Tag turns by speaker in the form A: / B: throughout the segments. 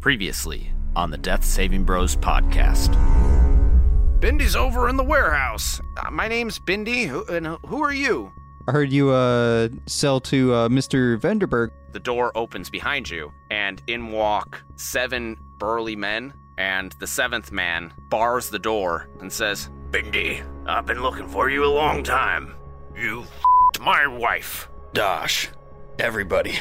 A: Previously on the Death Saving Bros podcast.
B: Bindy's over in the warehouse. Uh, my name's Bindy, who, and who are you?
C: I heard you uh, sell to uh, Mr. Vanderberg.
B: The door opens behind you, and in walk seven burly men, and the seventh man bars the door and says,
D: Bindy, I've been looking for you a long time. You fed my wife.
E: Dosh, everybody,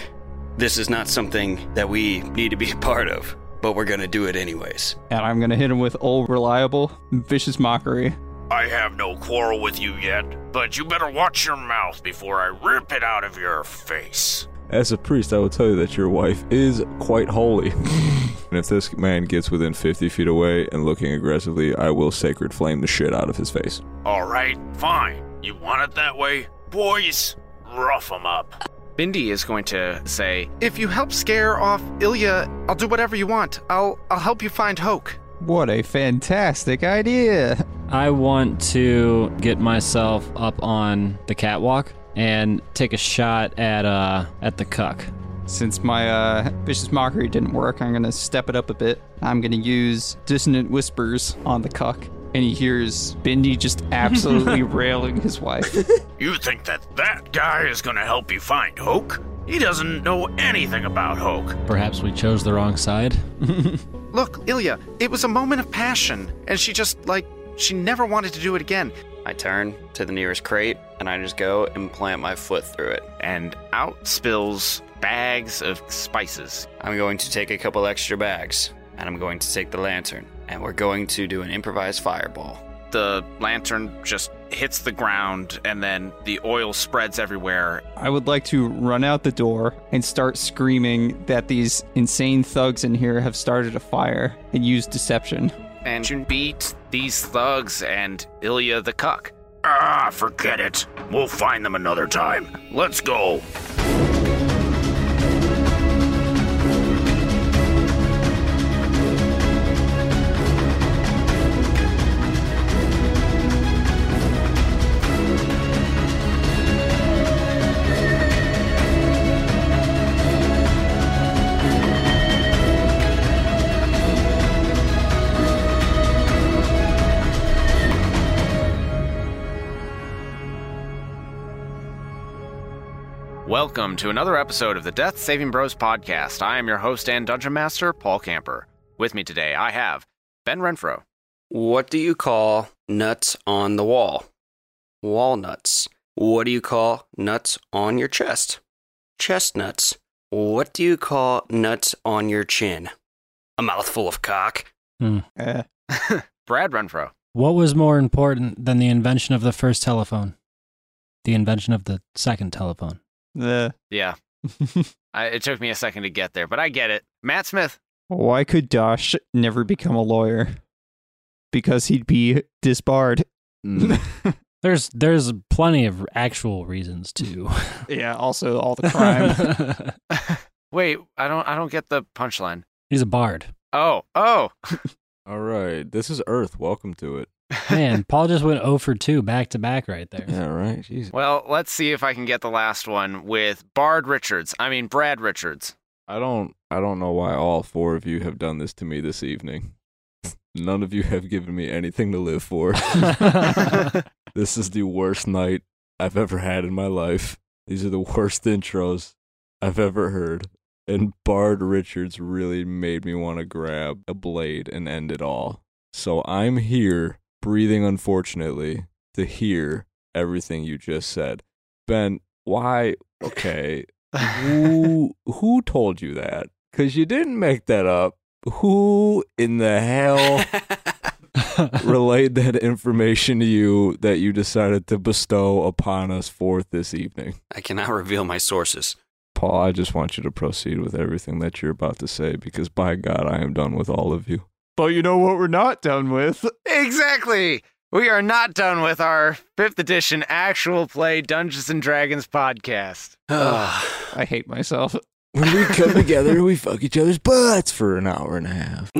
E: this is not something that we need to be a part of, but we're gonna do it anyways.
C: And I'm going to hit him with old reliable, vicious mockery.
D: I have no quarrel with you yet, but you better watch your mouth before I rip it out of your face.
F: As a priest, I will tell you that your wife is quite holy. and if this man gets within 50 feet away and looking aggressively, I will sacred flame the shit out of his face.
D: All right, fine. You want it that way? Boys, rough 'em up.
B: Bindi is going to say, If you help scare off Ilya, I'll do whatever you want. I'll, I'll help you find Hoke.
C: What a fantastic idea.
G: I want to get myself up on the catwalk and take a shot at uh at the cuck.
C: Since my uh, vicious mockery didn't work, I'm going to step it up a bit. I'm going to use dissonant whispers on the cuck. And he hears Bindi just absolutely railing his wife.
D: You think that that guy is gonna help you find Hoke? He doesn't know anything about Hoke.
G: Perhaps we chose the wrong side.
B: Look, Ilya, it was a moment of passion, and she just, like, she never wanted to do it again.
E: I turn to the nearest crate and I just go and plant my foot through it.
B: And out spills bags of spices.
E: I'm going to take a couple extra bags and I'm going to take the lantern and we're going to do an improvised fireball.
B: The lantern just hits the ground, and then the oil spreads everywhere.
C: I would like to run out the door and start screaming that these insane thugs in here have started a fire and used deception.
B: And you beat these thugs and Ilya the cuck.
D: Ah, forget it. We'll find them another time. Let's go.
B: Welcome to another episode of the Death Saving Bros podcast. I am your host and dungeon master, Paul Camper. With me today, I have Ben Renfro,
E: What do you call nuts on the wall? Walnuts. What do you call nuts on your chest? Chestnuts. What do you call nuts on your chin? A mouthful of cock.
C: Eh.
B: Brad Renfro,
H: What was more important than the invention of the first telephone? The invention of the second telephone.
C: the
B: Yeah. I, it took me a second to get there, but I get it. Matt Smith.
C: Why could Dosh never become a lawyer? Because he'd be disbarred.
F: Mm.
H: There's there's plenty of actual reasons too.
C: Yeah, also all the crime.
B: Wait, I don't I don't get the punchline.
H: He's a bard.
B: Oh, oh.
F: All right, this is Earth. Welcome to it.
H: Man, Paul just went 0 for 2 back to back right there.
F: Yeah, right? Jeez.
B: Well, let's see if I can get the last one with Bard Richards. I mean Brad Richards.
F: I don't I don't know why all four of you have done this to me this evening. None of you have given me anything to live for. this is the worst night I've ever had in my life. These are the worst intros I've ever heard. And Bard Richards really made me want to grab a blade and end it all. So I'm here, breathing unfortunately, to hear everything you just said. Ben, why? Okay who who told you that? Because you didn't make that up. Who in the hell relayed that information to you that you decided to bestow upon us forth this evening?
E: I cannot reveal my sources.
F: Paul, I just want you to proceed with everything that you're about to say because by God, I am done with all of you.
C: but you know what we're not done with?
B: Exactly. We are not done with our 5th edition actual play Dungeons and Dragons podcast.
C: I hate myself.
F: When we come together, we fuck each other's butts for an hour and a half.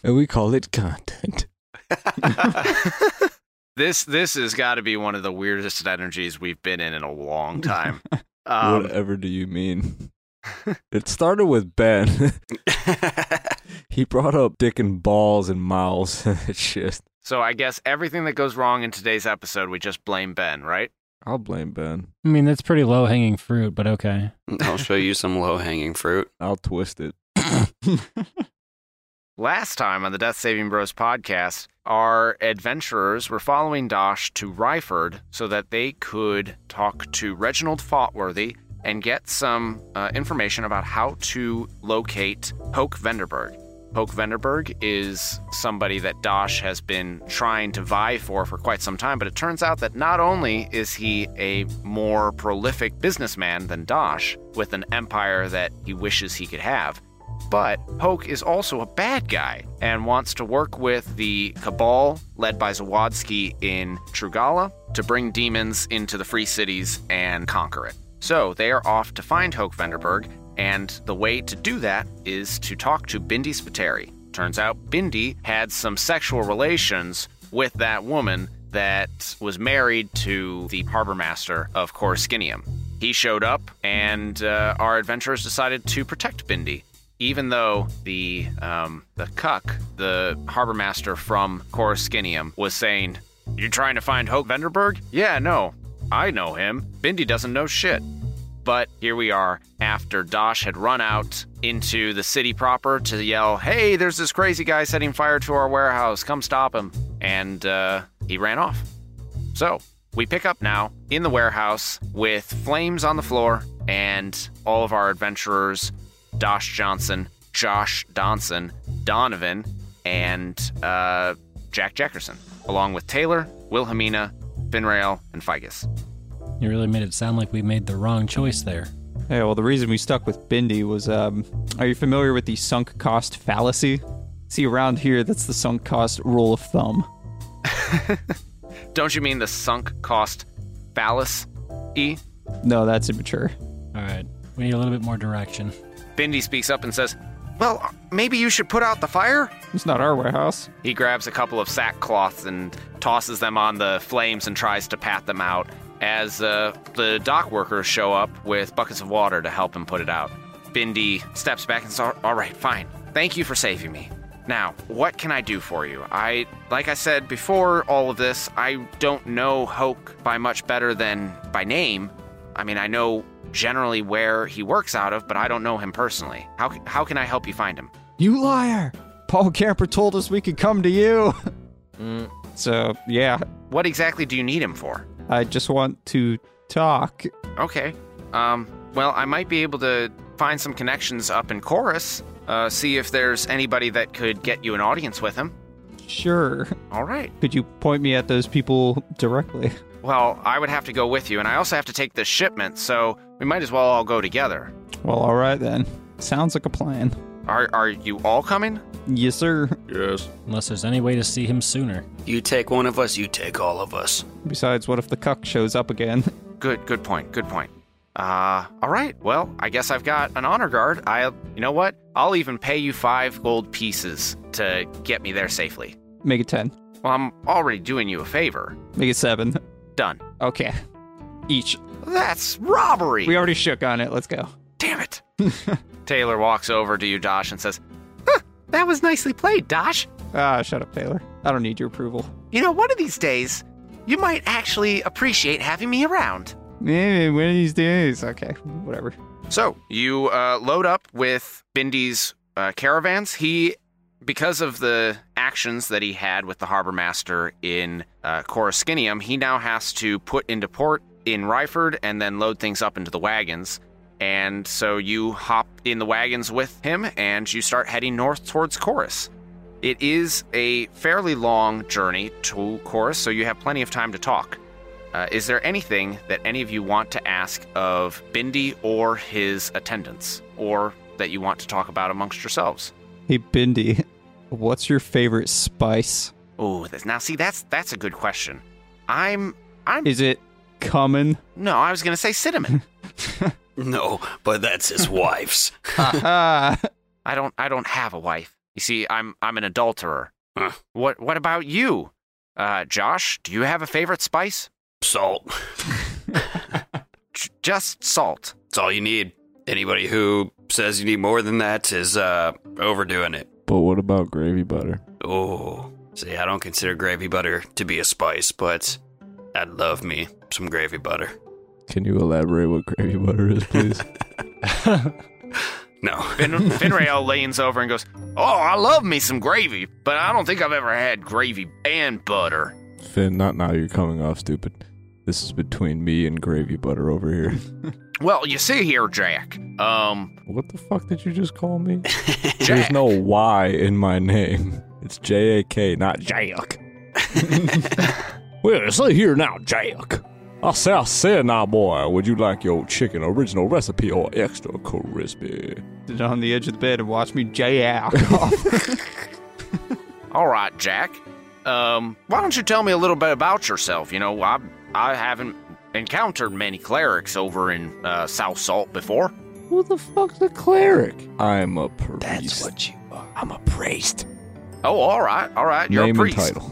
F: and we call it content.
B: This this has got to be one of the weirdest energies we've been in in a long time. Um,
F: Whatever do you mean? it started with Ben. He brought up dick and balls and mouths. it's just,
B: So I guess everything that goes wrong in today's episode, we just blame Ben, right?
F: I'll blame Ben.
H: I mean, that's pretty low hanging fruit, but okay.
E: I'll show you some low hanging fruit.
F: I'll twist it.
B: Last time on the Death Saving Bros podcast, our adventurers were following Dosh to Ryford so that they could talk to Reginald Faultworthy and get some uh, information about how to locate Hoke Vanderberg. Hoke Vanderberg is somebody that Dosh has been trying to vie for for quite some time, but it turns out that not only is he a more prolific businessman than Dosh, with an empire that he wishes he could have, but Hoke is also a bad guy and wants to work with the Cabal led by Zawadski in Trugala to bring demons into the free cities and conquer it. So they are off to find Hoke Vanderberg, and the way to do that is to talk to Bindi Spiteri. Turns out Bindi had some sexual relations with that woman that was married to the harbor master of Coruscinium. He showed up, and uh, our adventurers decided to protect Bindi even though the um, the cuck, the harbor master from Coruscinium, was saying, "You trying to find Hoke Vanderberg? Yeah, no, I know him. Bindi doesn't know shit." But here we are after Dosh had run out into the city proper to yell, "Hey, there's this crazy guy setting fire to our warehouse. Come stop him!" And uh, he ran off. So we pick up now in the warehouse with flames on the floor and all of our adventurers Dosh Johnson, Josh Donson, Donovan, and uh, Jack Jackerson, along with Taylor, Wilhelmina, Finrail, and Figus.
H: You really made it sound like we made the wrong choice there.
C: Yeah, well, the reason we stuck with Bindi was um, are you familiar with the sunk cost fallacy? See, around here, that's the sunk cost rule of thumb.
B: Don't you mean the sunk cost phallus? E?
C: No, that's immature.
H: All right. We need a little bit more direction.
B: Bindi speaks up and says, Well, maybe you should put out the fire?
C: It's not our warehouse.
B: He grabs a couple of sackcloths and tosses them on the flames and tries to pat them out as uh, the dock workers show up with buckets of water to help him put it out. Bindi steps back and says, All right, fine. Thank you for saving me. Now, what can I do for you? I, like I said before all of this, I don't know Hoke by much better than by name. I mean, I know generally where he works out of, but I don't know him personally. How, how can I help you find him?
C: You liar! Paul Camper told us we could come to you. Mm. So, yeah,
B: What exactly do you need him for?
C: I just want to talk.
B: Okay. Um, well, I might be able to find some connections up in Chorus, uh, see if there's anybody that could get you an audience with him.
C: Sure.
B: All right.
C: Could you point me at those people directly?
B: Well, I would have to go with you, and I also have to take this shipment, so we might as well all go together.
C: Well, all right then. Sounds like a plan.
B: Are, are you all coming?
C: Yes, sir.
F: Yes.
H: Unless there's any way to see him sooner.
E: You take one of us, you take all of us.
C: Besides, what if the cuck shows up again?
B: Good, good point, good point. Uh, all right. Well, I guess I've got an honor guard. I, you know what? I'll even pay you five gold pieces to get me there safely.
C: Make it 10.
B: Well, I'm already doing you a favor.
C: Make it 7.
B: Done.
C: Okay. Each.
B: That's robbery.
C: We already shook on it. Let's go.
B: Damn it. Taylor walks over to you, Dosh, and says, huh, That was nicely played, Dosh.
C: Ah, shut up, Taylor. I don't need your approval.
B: You know, one of these days, you might actually appreciate having me around.
C: Yeah, Eh, one of these days. Okay, whatever.
B: So you uh, load up with Bindi's uh, caravans. He, because of the actions that he had with the harbor master in uh, Coruscinium, he now has to put into port in Ryford and then load things up into the wagons. And so you hop in the wagons with him and you start heading north towards Chorus. It is a fairly long journey to Chorus, so you have plenty of time to talk. Uh, is there anything that any of you want to ask of Bindi or his attendants, or that you want to talk about amongst yourselves?
C: Hey, Bindi, what's your favorite spice?
B: Oh, that's, now see, that's that's a good question. I'm I'm
C: Is it cumin?
B: no, I was gonna say cinnamon.
E: No, but that's his wife's.
C: Ah,
B: I don't I don't have a wife. You see, I'm I'm an adulterer.
E: Huh.
B: What what about you, uh, Josh? Do you have a favorite spice?
E: Salt.
B: J- just salt.
E: It's all you need. Anybody who says you need more than that is uh, overdoing it.
F: But what about gravy butter?
E: Oh, see, I don't consider gravy butter to be a spice, but I'd love me some gravy butter.
F: Can you elaborate what gravy butter is, please?
E: No.
B: Fin- Finrail leans over and goes, "Oh, I love me some gravy, but I don't think I've ever had gravy and butter."
F: Finn, not now. You're coming off stupid. This is between me and gravy butter over here.
B: Well, you see here, Jack. Um,
F: What the fuck did you just call me? There's
B: Jack.
F: no Y in my name. It's J A K, not Jack. well, see here now, Jack. I say, I said now, boy, would you like your chicken original recipe or extra crispy?
C: Sit on the edge of the bed and watch me jay out.
B: all right, Jack. Um, why don't you tell me a little bit about yourself? You know, I I haven't encountered many clerics over in uh, South Salt before.
F: Who the fuck's a cleric? I'm a priest. That's what you are. I'm a priest.
B: Oh, all right, all right. You're
F: name
B: a priest.
F: and title.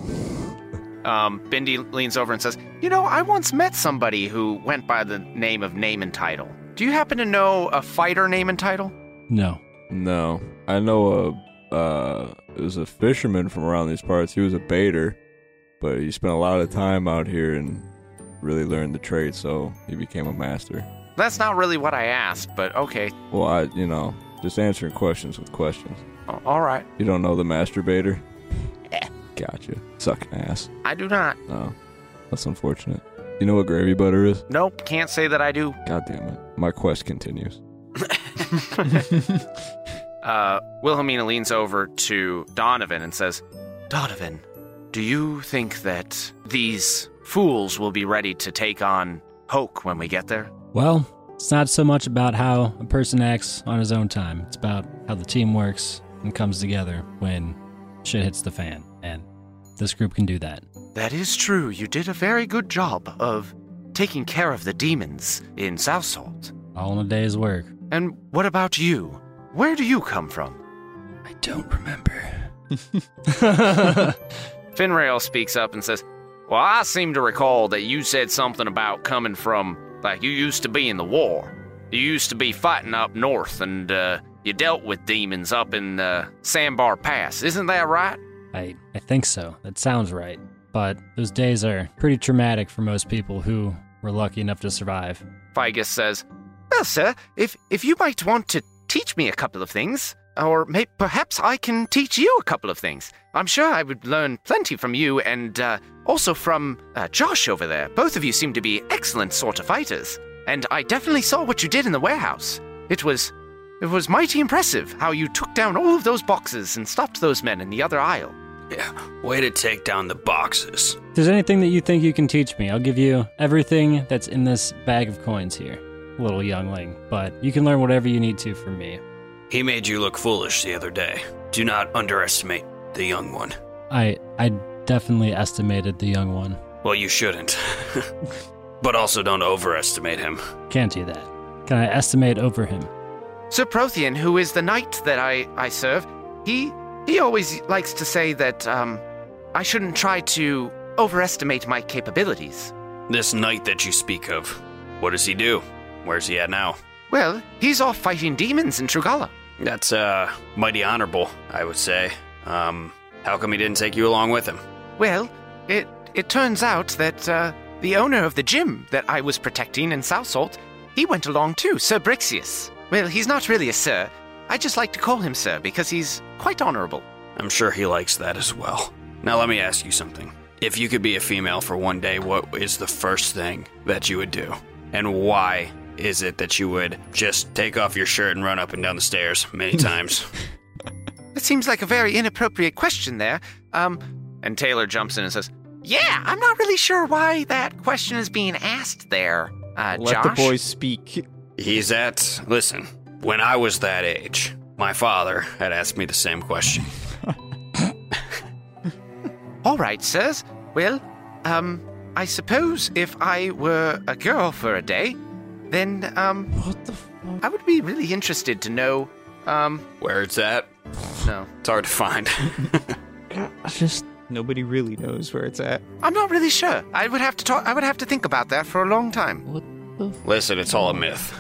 B: Um, Bindi leans over and says, You know, I once met somebody who went by the name of Name and Title. Do you happen to know a fighter name and title?
H: No.
F: No, I know a uh, it was a fisherman from around these parts. He was a baiter, but he spent a lot of time out here and really learned the trade, so he became a master.
B: That's not really what I asked, but okay.
F: Well, I you know just answering questions with questions.
B: A- All right.
F: You don't know the master baiter? gotcha. Sucking ass.
B: I do not.
F: No, that's unfortunate. You know what gravy butter is?
B: Nope, can't say that I do.
F: God damn it! My quest continues.
B: Uh, Wilhelmina leans over to Donovan and says, Donovan, do you think that these fools will be ready to take on Hoke when we get there?
H: Well, it's not so much about how a person acts on his own time. It's about how the team works and comes together when shit hits the fan. And this group can do that.
B: That is true. You did a very good job of taking care of the demons in South Salt.
H: All in a day's work.
B: And what about you? Where do you come from?
E: I don't remember.
B: Finrail speaks up and says, Well, I seem to recall that you said something about coming from, like, you used to be in the war. You used to be fighting up north, and uh, you dealt with demons up in uh, Sandbar Pass. Isn't that right?
H: I, I think so. That sounds right. But those days are pretty traumatic for most people who were lucky enough to survive.
B: Figus says, Well, sir, if, if you might want to teach me a couple of things, or may, perhaps I can teach you a couple of things. I'm sure I would learn plenty from you and uh, also from uh, Josh over there. Both of you seem to be excellent sort of fighters, and I definitely saw what you did in the warehouse. It was. It was mighty impressive how you took down all of those boxes and stopped those men in the other aisle.
E: Yeah, way to take down the boxes.
H: If there's anything that you think you can teach me, I'll give you everything that's in this bag of coins here, little youngling. But you can learn whatever you need to from me.
E: He made you look foolish the other day. Do not underestimate the young one.
H: I I definitely estimated the young one.
E: Well, you shouldn't. but also don't overestimate him.
H: Can't do that. Can I estimate over him?
B: Sir Prothean, who is the knight that I, I serve, he he always likes to say that um, I shouldn't try to overestimate my capabilities.
E: This knight that you speak of, what does he do? Where's he at now?
B: Well, he's off fighting demons in Trugala.
E: That's uh mighty honorable, I would say. Um how come he didn't take you along with him?
B: Well, it it turns out that uh, the owner of the gym that I was protecting in Southsalt, he went along too, Sir Brixius. Well, he's not really a sir. I just like to call him sir because he's quite honorable.
E: I'm sure he likes that as well. Now let me ask you something. If you could be a female for one day, what is the first thing that you would do? And why is it that you would just take off your shirt and run up and down the stairs many times?
B: That seems like a very inappropriate question there. Um, and Taylor jumps in and says, Yeah, I'm not really sure why that question is being asked there. Uh,
C: Let
B: Josh?
C: the boys speak.
E: He's at. Listen, when I was that age, my father had asked me the same question.
B: All right, sirs. Well, um, I suppose if I were a girl for a day, then, um,
F: What the fuck?
B: I would be really interested to know, um,
E: Where it's at?
B: no.
E: It's hard to find.
C: Just nobody really knows where it's at.
B: I'm not really sure. I would have to talk, I would have to think about that for a long time.
E: listen, it's all a myth.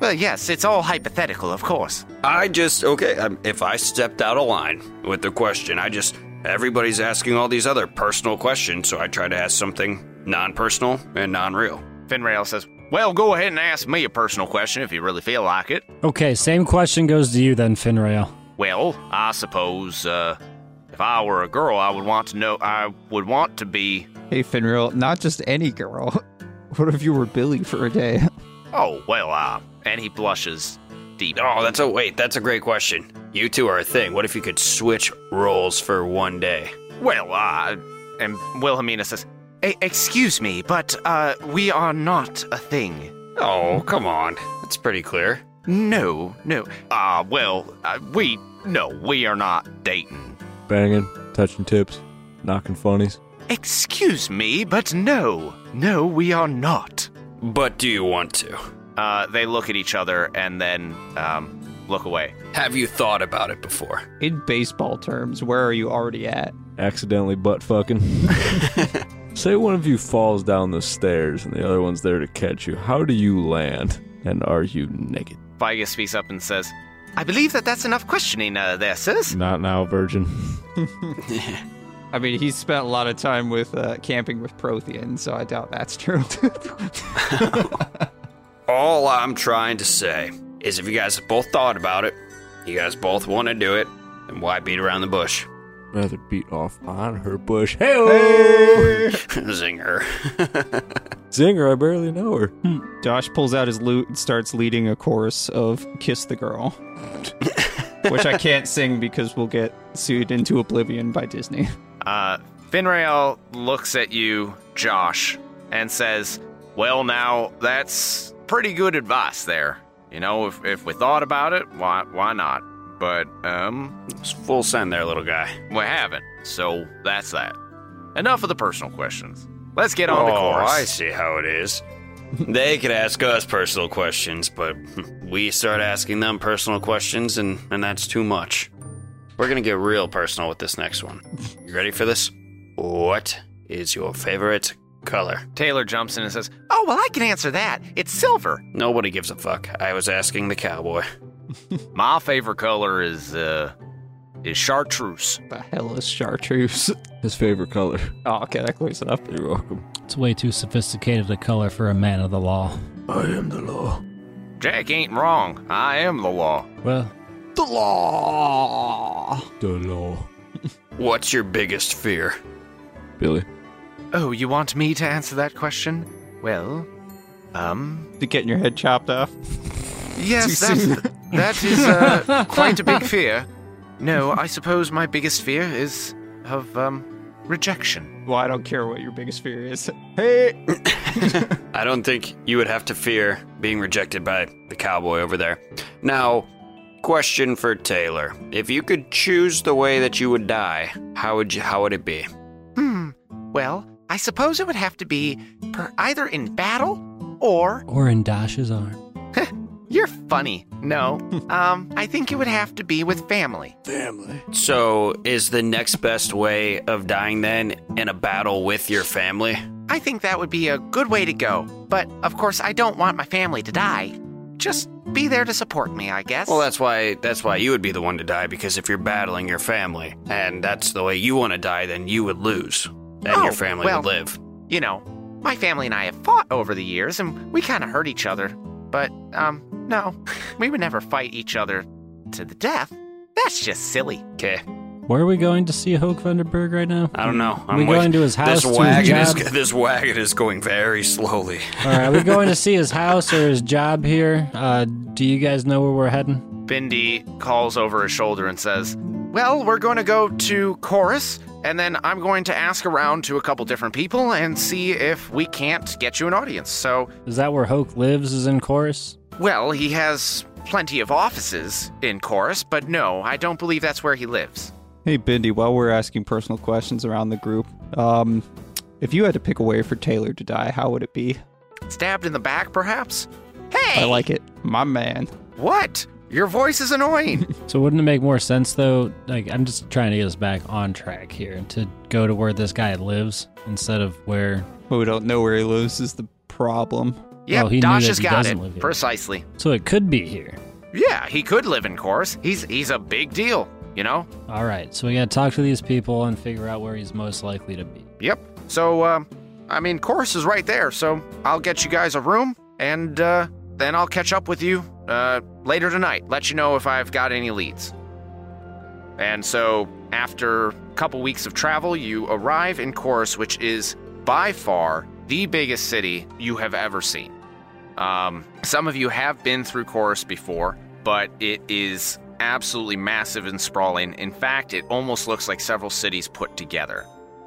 B: Well, yes, it's all hypothetical, of course.
E: I just okay. Um, if I stepped out of line with the question, I just everybody's asking all these other personal questions, so I try to ask something non-personal and non-real.
B: Finrail says, Well, go ahead and ask me a personal question if you really feel like it.
H: Okay, same question goes to you then, Finrail.
B: Well, I suppose, uh, if I were a girl, I would want to know, I would want to be,
C: Hey, Finreal, not just any girl. What if you were Billy for a day?
B: oh, well, uh, and he blushes deep.
E: Oh, that's a wait. That's a great question. You two are a thing. What if you could switch roles for one day?
B: Well, uh, and Wilhelmina says, "E- Excuse me, but, uh, we are not a thing.
E: Oh, come on. That's pretty clear.
B: No, no. Ah, well, uh, we, no, we are not dating.
F: Banging, touching tips, knocking funnies.
B: Excuse me, but no, no, we are not.
E: But do you want to?
B: Uh, they look at each other and then, um, look away.
E: Have you thought about it before?
C: In baseball terms, where are you already at?
F: Accidentally butt fucking. Say one of you falls down the stairs and the other one's there to catch you. How do you land? And are you naked?
B: Vigus speaks up and says, I believe that that's enough questioning uh, there, sirs.
F: Not now, virgin.
C: I mean, he spent a lot of time with uh, camping with Prothean, so I doubt that's true.
E: All I'm trying to say is if you guys have both thought about it, you guys both want to do it, then why beat around the bush?
F: Rather beat off on her bush. Hey!
E: Zinger.
F: Zinger, I barely know her.
C: Josh pulls out his lute and starts leading a chorus of Kiss the Girl, which I can't sing because we'll get sued into oblivion by Disney.
B: Uh, Finrail looks at you, Josh, and says, Well, now, that's pretty good advice there. You know, if, if we thought about it, why, why not? But, um,
E: It's full send there, little guy.
B: we haven't. So that's that. Enough of the personal questions. Let's get on to chorus.
E: Oh, I see how it is. they could ask us personal questions, but we start asking them personal questions, and, and that's too much. We're going to get real personal with this next one. You ready for this? What is your favorite color?
B: Taylor jumps in and says, Oh, well, I can answer that. It's silver.
E: Nobody gives a fuck. I was asking the cowboy.
B: My favorite color is, uh, is chartreuse.
C: The hell is chartreuse?
F: His favorite color.
C: Oh, okay, that clears it up.
F: You're welcome.
H: It's way too sophisticated a color for a man of the law.
F: I am the law.
B: Jack ain't wrong. I am the law.
H: Well,
C: The law.
F: The law.
E: What's your biggest fear?
F: Billy.
B: Oh, you want me to answer that question? Well, um,
C: Getting your head chopped off.
B: yes, that's, that is uh, quite a big fear. No, I suppose my biggest fear is of um, rejection.
C: Well, I don't care what your biggest fear is.
E: I don't think you would have to fear being rejected by the cowboy over there. Now, question for Taylor. If you could choose the way that you would die, how would you how would it be?
B: Hmm. Well, I suppose it would have to be per- either in battle or
H: or in Dash's arm.
B: you're funny. No, um, I think it would have to be with family.
E: So, is the next best way of dying then in a battle with your family?
B: I think that would be a good way to go. But of course, I don't want my family to die. Just be there to support me, I guess.
E: Well, that's why that's why you would be the one to die because if you're battling your family and that's the way you want to die, then you would lose and
B: Oh,
E: your family
B: well-
E: would live.
B: You know, my family and I have fought over the years and we kind of hurt each other. But, um, no, we would never fight each other to the death. That's just silly.
E: Okay.
H: Where are we going to see Hoke Vanderberg right now?
E: I don't know. I'm
H: we
E: with-
H: going to his
E: This
H: house? to his
E: wagon is
H: job?
E: this wagon is going very slowly.
H: All right, are we going to see his house or his job here? Uh, do you guys know where we're heading?
B: Bindi calls over his shoulder and says, Well, we're going to go to Chorus, and then I'm going to ask around to a couple different people and see if we can't get you an audience. So,
H: Is that where Hoke lives? Is in chorus?
B: well, he has plenty of offices in Chorus, but no, I don't believe that's where he lives.
C: Hey, Bindi, while we're asking personal questions around the group, um, if you had to pick a way for Taylor to die, how would it be?
B: Stabbed in the back, perhaps? Hey!
C: I like it. My man.
B: What? Your voice is annoying.
H: So wouldn't it make more sense though? Like I'm just trying to get us back on track here to go to where this guy lives instead of where
C: But we don't know where he lives is the problem.
B: Yep,
H: he knew
B: Dosh
H: that
B: has
H: he
B: got
H: doesn't
B: it.
H: live here.
B: Precisely.
H: So it could be here.
B: Yeah, he could live in Course. He's he's a big deal, you know?
H: All right, so we gotta talk to these people and figure out where he's most likely to be.
B: Yep. So, um, I mean, Chorus is right there. So I'll get you guys a room, and uh, then I'll catch up with you uh, later tonight. Let you know if I've got any leads. And so, after a couple weeks of travel, you arrive in Chorus, which is by far the biggest city you have ever seen. Um, some of you have been through Chorus before, but it is absolutely massive and sprawling. In fact, it almost looks like several cities put together.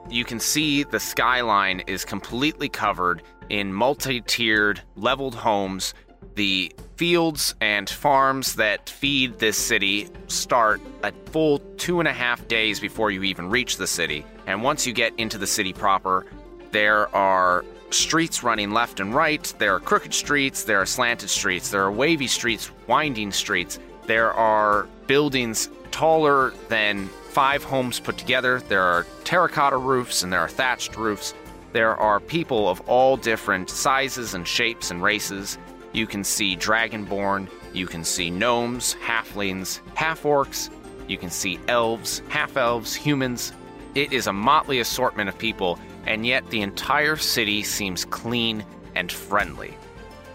B: You can see the skyline is completely covered in multi tiered, leveled homes. The fields and farms that feed this city start a full two and a half days before you even reach the city. And once you get into the city proper, there are streets running left and right. There are crooked streets. There are slanted streets. There are wavy streets, winding streets. There are buildings taller than five homes put together. There are terracotta roofs and there are thatched roofs. There are people of all different sizes and shapes and races. You can see dragonborn. You can see gnomes, halflings, half orcs. You can see elves, half elves, humans, it is a motley assortment of people, and yet the entire city seems clean and friendly.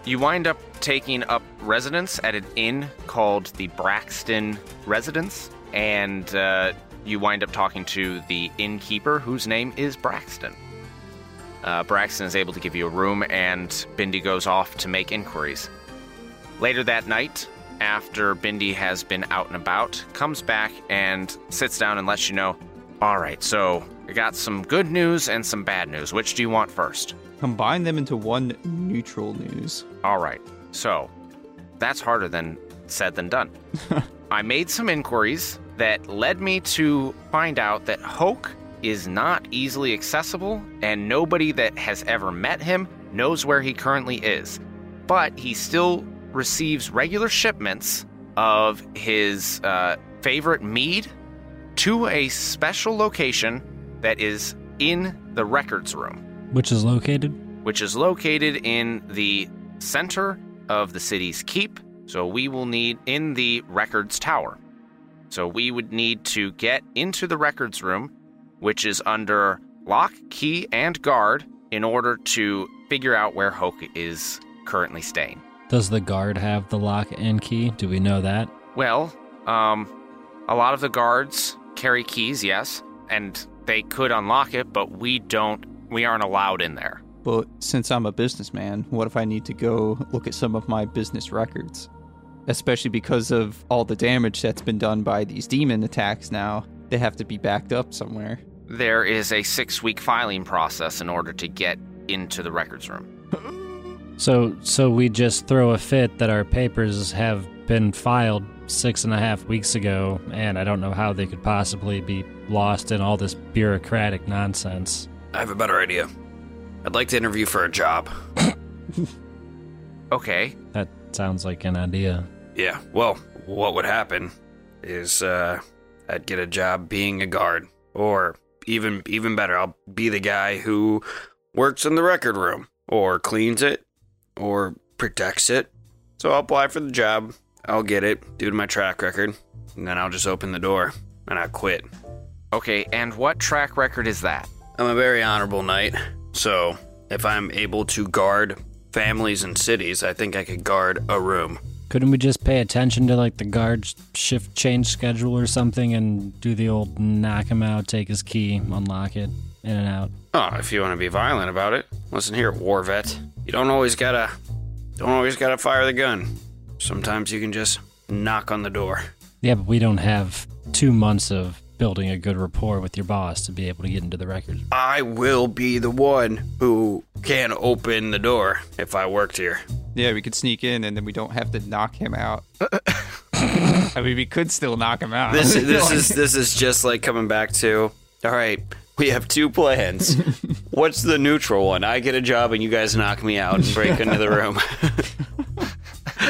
B: You wind up taking up residence at an inn called the Braxton Residence, and uh, you wind up talking to the innkeeper, whose name is Braxton. Uh, Braxton is able to give you a room, and Bindi goes off to make inquiries. Later that night, after Bindi has been out and about, comes back and sits down and lets you know, all right, so I got some good news and some bad news. Which do you want first?
C: Combine them into one neutral news.
B: All right, so that's harder than said than done. I made some inquiries that led me to find out that Hoke is not easily accessible, and nobody that has ever met him knows where he currently is. But he still receives regular shipments of his uh, favorite mead to a special location that is in the records room
H: Which is located?
B: which is located in the center of the city's keep. So we will need in the records tower. So we would need to get into the records room, which is under lock, key, and guard, in order to figure out where Hoke is currently staying.
H: Does the guard have the lock and key? Do we know that?
B: Well, um, a lot of the guards carry keys, yes, and they could unlock it, but we don't. We aren't allowed in there.
C: But since I'm a businessman, what if I need to go look at some of my business records? Especially because of all the damage that's been done by these demon attacks now, they have to be backed up somewhere.
B: There is a six week filing process in order to get into the records room.
H: So, so we just throw a fit that our papers have been filed six and a half weeks ago, and I don't know how they could possibly be lost in all this bureaucratic nonsense.
E: I have a better idea. I'd like to interview for a job.
B: Okay,
H: That sounds like an idea.
E: Yeah, well, what would happen is uh, I'd get a job being a guard, or even even better, I'll be the guy who works in the record room, or cleans it, or protects it. So I'll apply for the job, I'll get it, due to my track record, and then I'll just open the door and I quit.
B: okay, and what track record is that?
E: I'm a very honorable knight, so if I'm able to guard families and cities, I think I could guard a room.
H: Couldn't we just pay attention to like the guard's shift change schedule or something and do the old knock him out, take his key, unlock it, in and out?
E: Oh, if you want to be violent about it, listen here, war vet. You don't always gotta, don't always gotta fire the gun. Sometimes you can just knock on the door.
H: Yeah, but we don't have two months of building a good rapport with your boss to be able to get into the records.
E: I will be the one who can open the door if I worked here.
C: Yeah, we could sneak in and then we don't have to knock him out. I mean, we could still knock him out.
E: This this is this is just like coming back to. All right, we have two plans. What's the neutral one? I get a job and you guys knock me out and break into the room.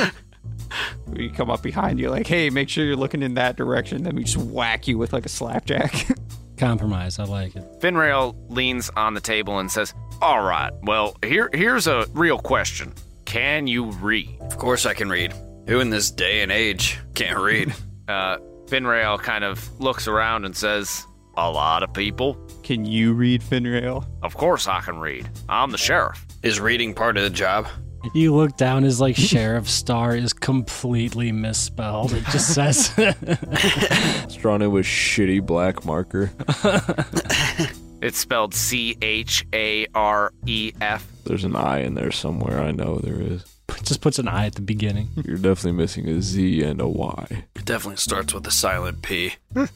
C: we come up behind you, like, hey, make sure you're looking in that direction. Then we just whack you with like a slapjack.
H: Compromise, I like it.
B: Finrail leans on the table and says, All right, well, here, here's a real question. Can you read?
E: Of course I can read. Who in this day and age can't read?
B: Uh, Finrail kind of looks around and says, A lot of people?
C: Can you read Finrail?
B: Of course I can read. I'm the sheriff.
E: Is reading part of the job?
H: You look down as like Sheriff Star is completely misspelled. It just says
F: It's drawn in with shitty black marker.
B: It's spelled C H A R E F.
F: There's an I in there somewhere. I know there is.
H: just puts an I at the beginning.
F: You're definitely missing a Z and a Y.
E: It definitely starts with a silent P.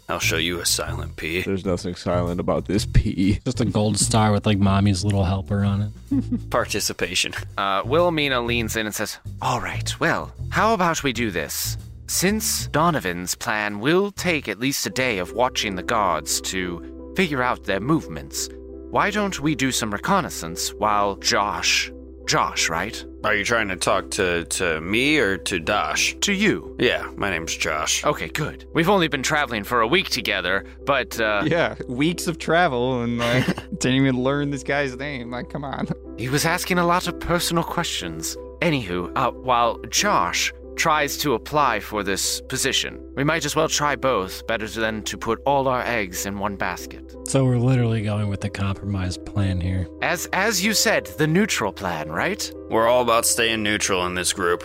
E: I'll show you a silent P.
F: There's nothing silent about this P.
H: Just a gold star with like mommy's little helper on it.
E: Participation.
B: Uh, Wilhelmina leans in and says, All right, well, how about we do this? Since Donovan's plan will take at least a day of watching the guards to figure out their movements, why don't we do some reconnaissance while Josh. Josh, right?
E: Are you trying to talk to, to me or to Dash?
B: To you.
E: Yeah, my name's Josh.
B: Okay, good. We've only been traveling for a week together, but uh,
C: Yeah, weeks of travel and like didn't even learn this guy's name. Like, come on.
B: He was asking a lot of personal questions. Anywho, uh, while Josh tries to apply for this position, we might as well try both, better than to put all our eggs in one basket.
H: So we're literally going with the compromise plan here.
B: As as you said, the neutral plan, right?
E: We're all about staying neutral in this group.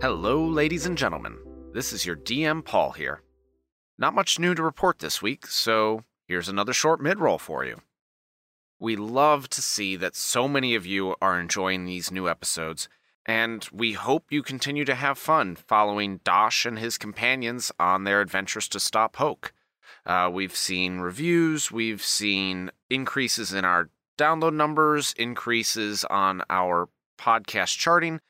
B: Hello, ladies and gentlemen. This is your DM Paul here. Not much new to report this week, so here's another short mid roll for you. We love to see that so many of you are enjoying these new episodes, and we hope you continue to have fun following Dosh and his companions on their adventures to stop Hoke. Uh, we've seen reviews, we've seen increases in our download numbers, increases on our podcast charting.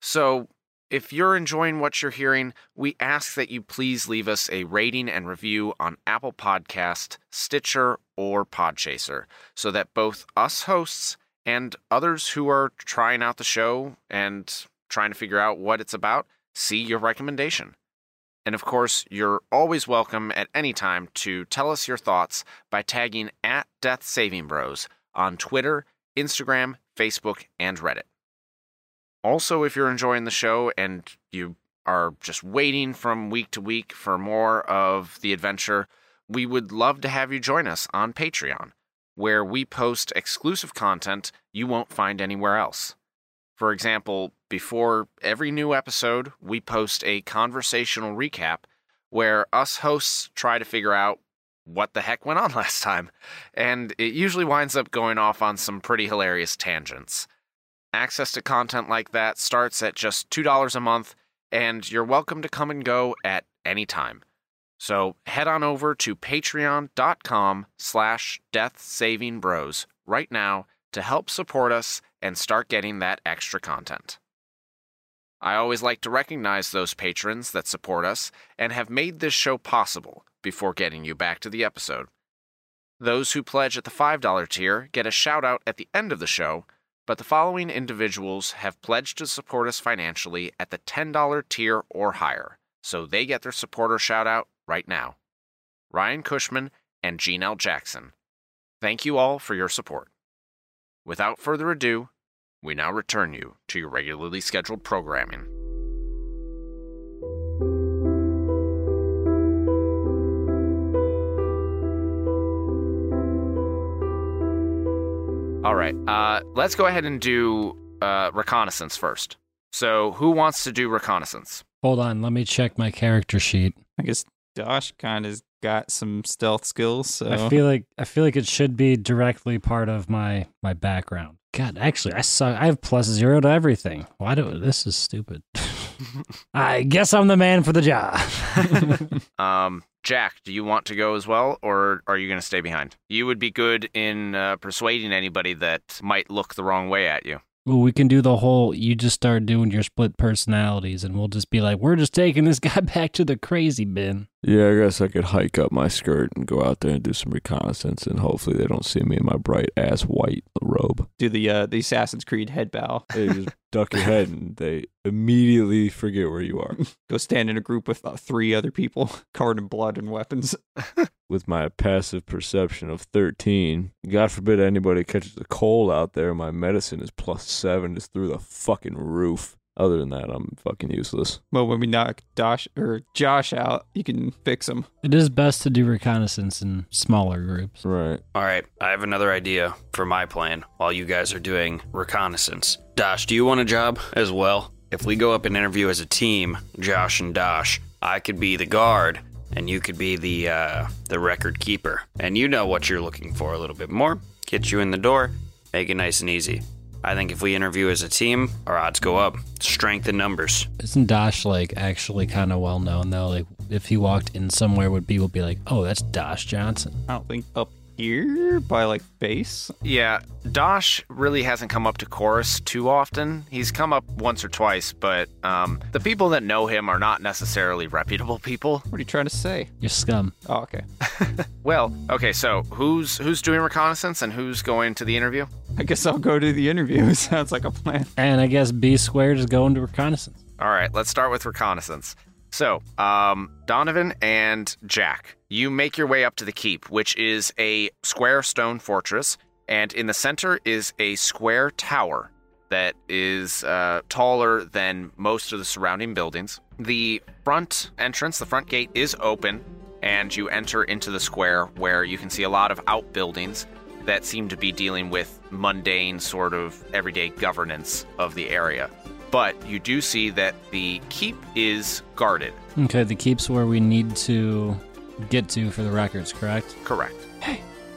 B: So if you're enjoying what you're hearing, we ask that you please leave us a rating and review on Apple Podcast, Stitcher, or Podchaser, so that both us hosts and others who are trying out the show and trying to figure out what it's about see your recommendation. And of course, you're always welcome at any time to tell us your thoughts by tagging at Death Saving Bros on Twitter, Instagram, Facebook, and Reddit. Also, if you're enjoying the show and you are just waiting from week to week for more of the adventure, we would love to have you join us on Patreon, where we post exclusive content you won't find anywhere else. For example, before every new episode, we post a conversational recap where us hosts try to figure out what the heck went on last time, and it usually winds up going off on some pretty hilarious tangents. Access to content like that starts at just $2 a month, and you're welcome to come and go at any time. So head on over to patreon.com slash death saving bros right now to help support us and start getting that extra content. I always like to recognize those patrons that support us and have made this show possible before getting you back to the episode. Those who pledge at the $5 tier get a shout out at the end of the show but the following individuals have pledged to support us financially at the $10 tier or higher, so they get their supporter shout out right now Ryan Cushman and Gene L. Jackson. Thank you all for your support. Without further ado, we now return you to your regularly scheduled programming. All right. Uh, let's go ahead and do uh, reconnaissance first. So, who wants to do reconnaissance?
H: Hold on, let me check my character sheet.
C: I guess Dosh kind of got some stealth skills. So
H: I feel like I feel like it should be directly part of my my background. God, actually, I suck. I have plus zero to everything. Why do this is stupid? I guess I'm the man for the job.
B: Um, Jack, do you want to go as well, or are you going to stay behind? You would be good in uh, persuading anybody that might look the wrong way at you.
H: Well, we can do the whole you just start doing your split personalities and we'll just be like, we're just taking this guy back to the crazy bin.
F: Yeah, I guess I could hike up my skirt and go out there and do some reconnaissance, and hopefully they don't see me in my bright ass white robe.
C: Do the uh, the Assassin's Creed head bow.
F: They just duck your head and they immediately forget where you are.
C: Go stand in a group with uh, three other people, covered in blood and weapons.
F: With my passive perception of 13, God forbid anybody catches a cold out there, my medicine is plus seven, it's through the fucking roof. Other than that, I'm fucking useless.
C: Well, when we knock Dosh or Josh out, you can fix him.
H: It is best to do reconnaissance in smaller groups.
F: Right.
E: All right, I have another idea for my plan while you guys are doing reconnaissance. Dosh, do you want a job as well? If we go up and interview as a team, Josh and Dosh, I could be the guard and you could be the uh, the record keeper. And you know what you're looking for a little bit more. Get you in the door, make it nice and easy. I think if we interview as a team, our odds go up. Strength in numbers.
H: Isn't Dosh like actually kind of well known though? Like if he walked in somewhere, would people be like, oh, that's Dosh Johnson?
C: I don't think up here by like base.
B: Yeah, Dosh really hasn't come up to chorus too often. He's come up once or twice, but um, the people that know him are not necessarily reputable people.
C: What are you trying to say?
H: You're scum.
C: Oh, okay.
B: Well, okay, so who's who's doing reconnaissance and who's going to the interview?
C: I guess I'll go to the interview. Sounds like a plan.
H: And I guess B squared is going to reconnaissance.
B: All right, let's start with reconnaissance. So, um, Donovan and Jack, you make your way up to the keep, which is a square stone fortress, and in the center is a square tower that is uh, taller than most of the surrounding buildings. The front entrance, the front gate, is open, and you enter into the square where you can see a lot of outbuildings that seem to be dealing with mundane, sort of everyday governance of the area. But you do see that the keep is guarded.
H: Okay, the keeps where we need to get to for the records, correct?
B: Correct.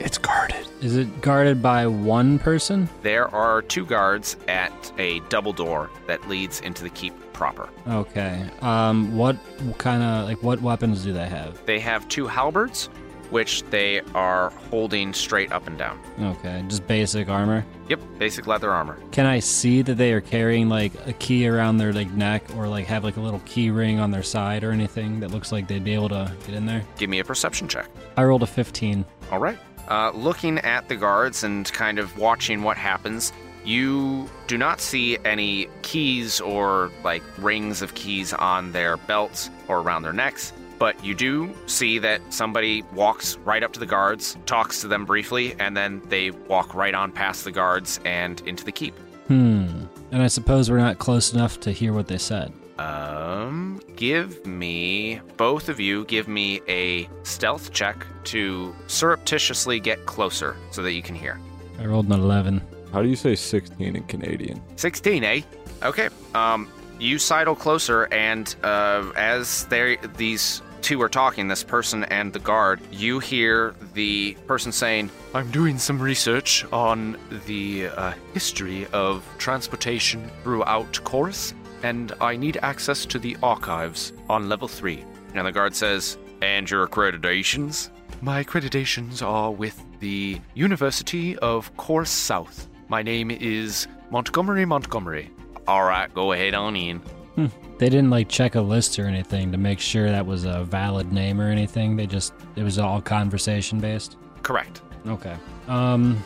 F: It's guarded.
H: Is it guarded by one person?
B: There are two guards at a double door that leads into the keep proper.
H: Okay. Um, what kind of like what weapons do they have?
B: They have two halberds, which they are holding straight up and down.
H: Okay, just basic armor.
B: Yep, basic leather armor.
H: Can I see that they are carrying like a key around their like neck or like have like a little key ring on their side or anything that looks like they'd be able to get in there?
B: Give me a perception check.
H: I rolled a 15.
B: All right. Uh, looking at the guards and kind of watching what happens, you do not see any keys or like rings of keys on their belts or around their necks, but you do see that somebody walks right up to the guards, talks to them briefly, and then they walk right on past the guards and into the keep.
H: Hmm. And I suppose we're not close enough to hear what they said.
B: Um, give me both of you. Give me a stealth check to surreptitiously get closer so that you can hear.
H: I rolled an 11.
F: How do you say 16 in Canadian?
B: 16, eh? Okay. Um, you sidle closer, and uh, as they these two are talking, this person and the guard, you hear the person saying, "I'm doing some research on the uh, history of transportation throughout Chorus, and I need access to the archives on level three. And the guard says, "And your accreditations." My accreditations are with the University of Course South. My name is Montgomery Montgomery. All right, go ahead on in.
H: Hmm. They didn't like check a list or anything to make sure that was a valid name or anything. They just it was all conversation based.
B: Correct.
H: Okay. Um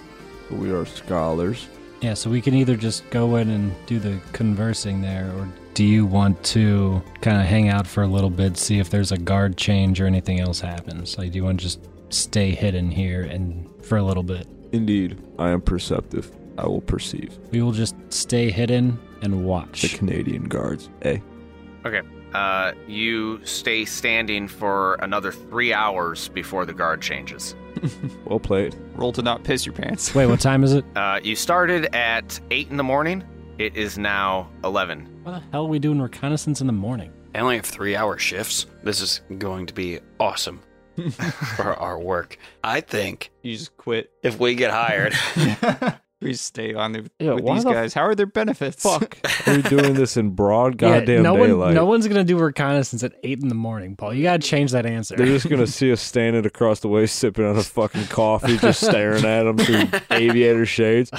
F: We are scholars.
H: yeah, so we can either just go in and do the conversing there or do you want to kind of hang out for a little bit, see if there's a guard change or anything else happens? Like do you want to just stay hidden here and for a little bit?
F: Indeed, I am perceptive. I will perceive
H: We will just stay hidden and
F: the
H: watch.
F: Canadian guards. Eh?
B: Okay. Uh, you stay standing for another three hours before the guard changes.
F: Well played.
C: Roll to not piss your pants.
H: Wait, what time is it?
B: Uh, you started at eight in the morning. It is now eleven.
H: Why the hell are we doing reconnaissance in the morning?
E: I only have three hour shifts. This is going to be awesome for our work. I think
C: You just quit.
E: if we get hired,
C: We stay on there
F: Yeah,
C: with
F: why
C: these
F: the
C: guys. How are their benefits?
F: Fuck. Are you doing this in broad
H: Yeah,
F: goddamn
H: no
F: daylight?
H: One, no one's gonna do reconnaissance at eight in the morning, Paul. You gotta change that answer.
F: They're just gonna see us standing across the way, sipping on a fucking coffee, just staring at them through aviator shades.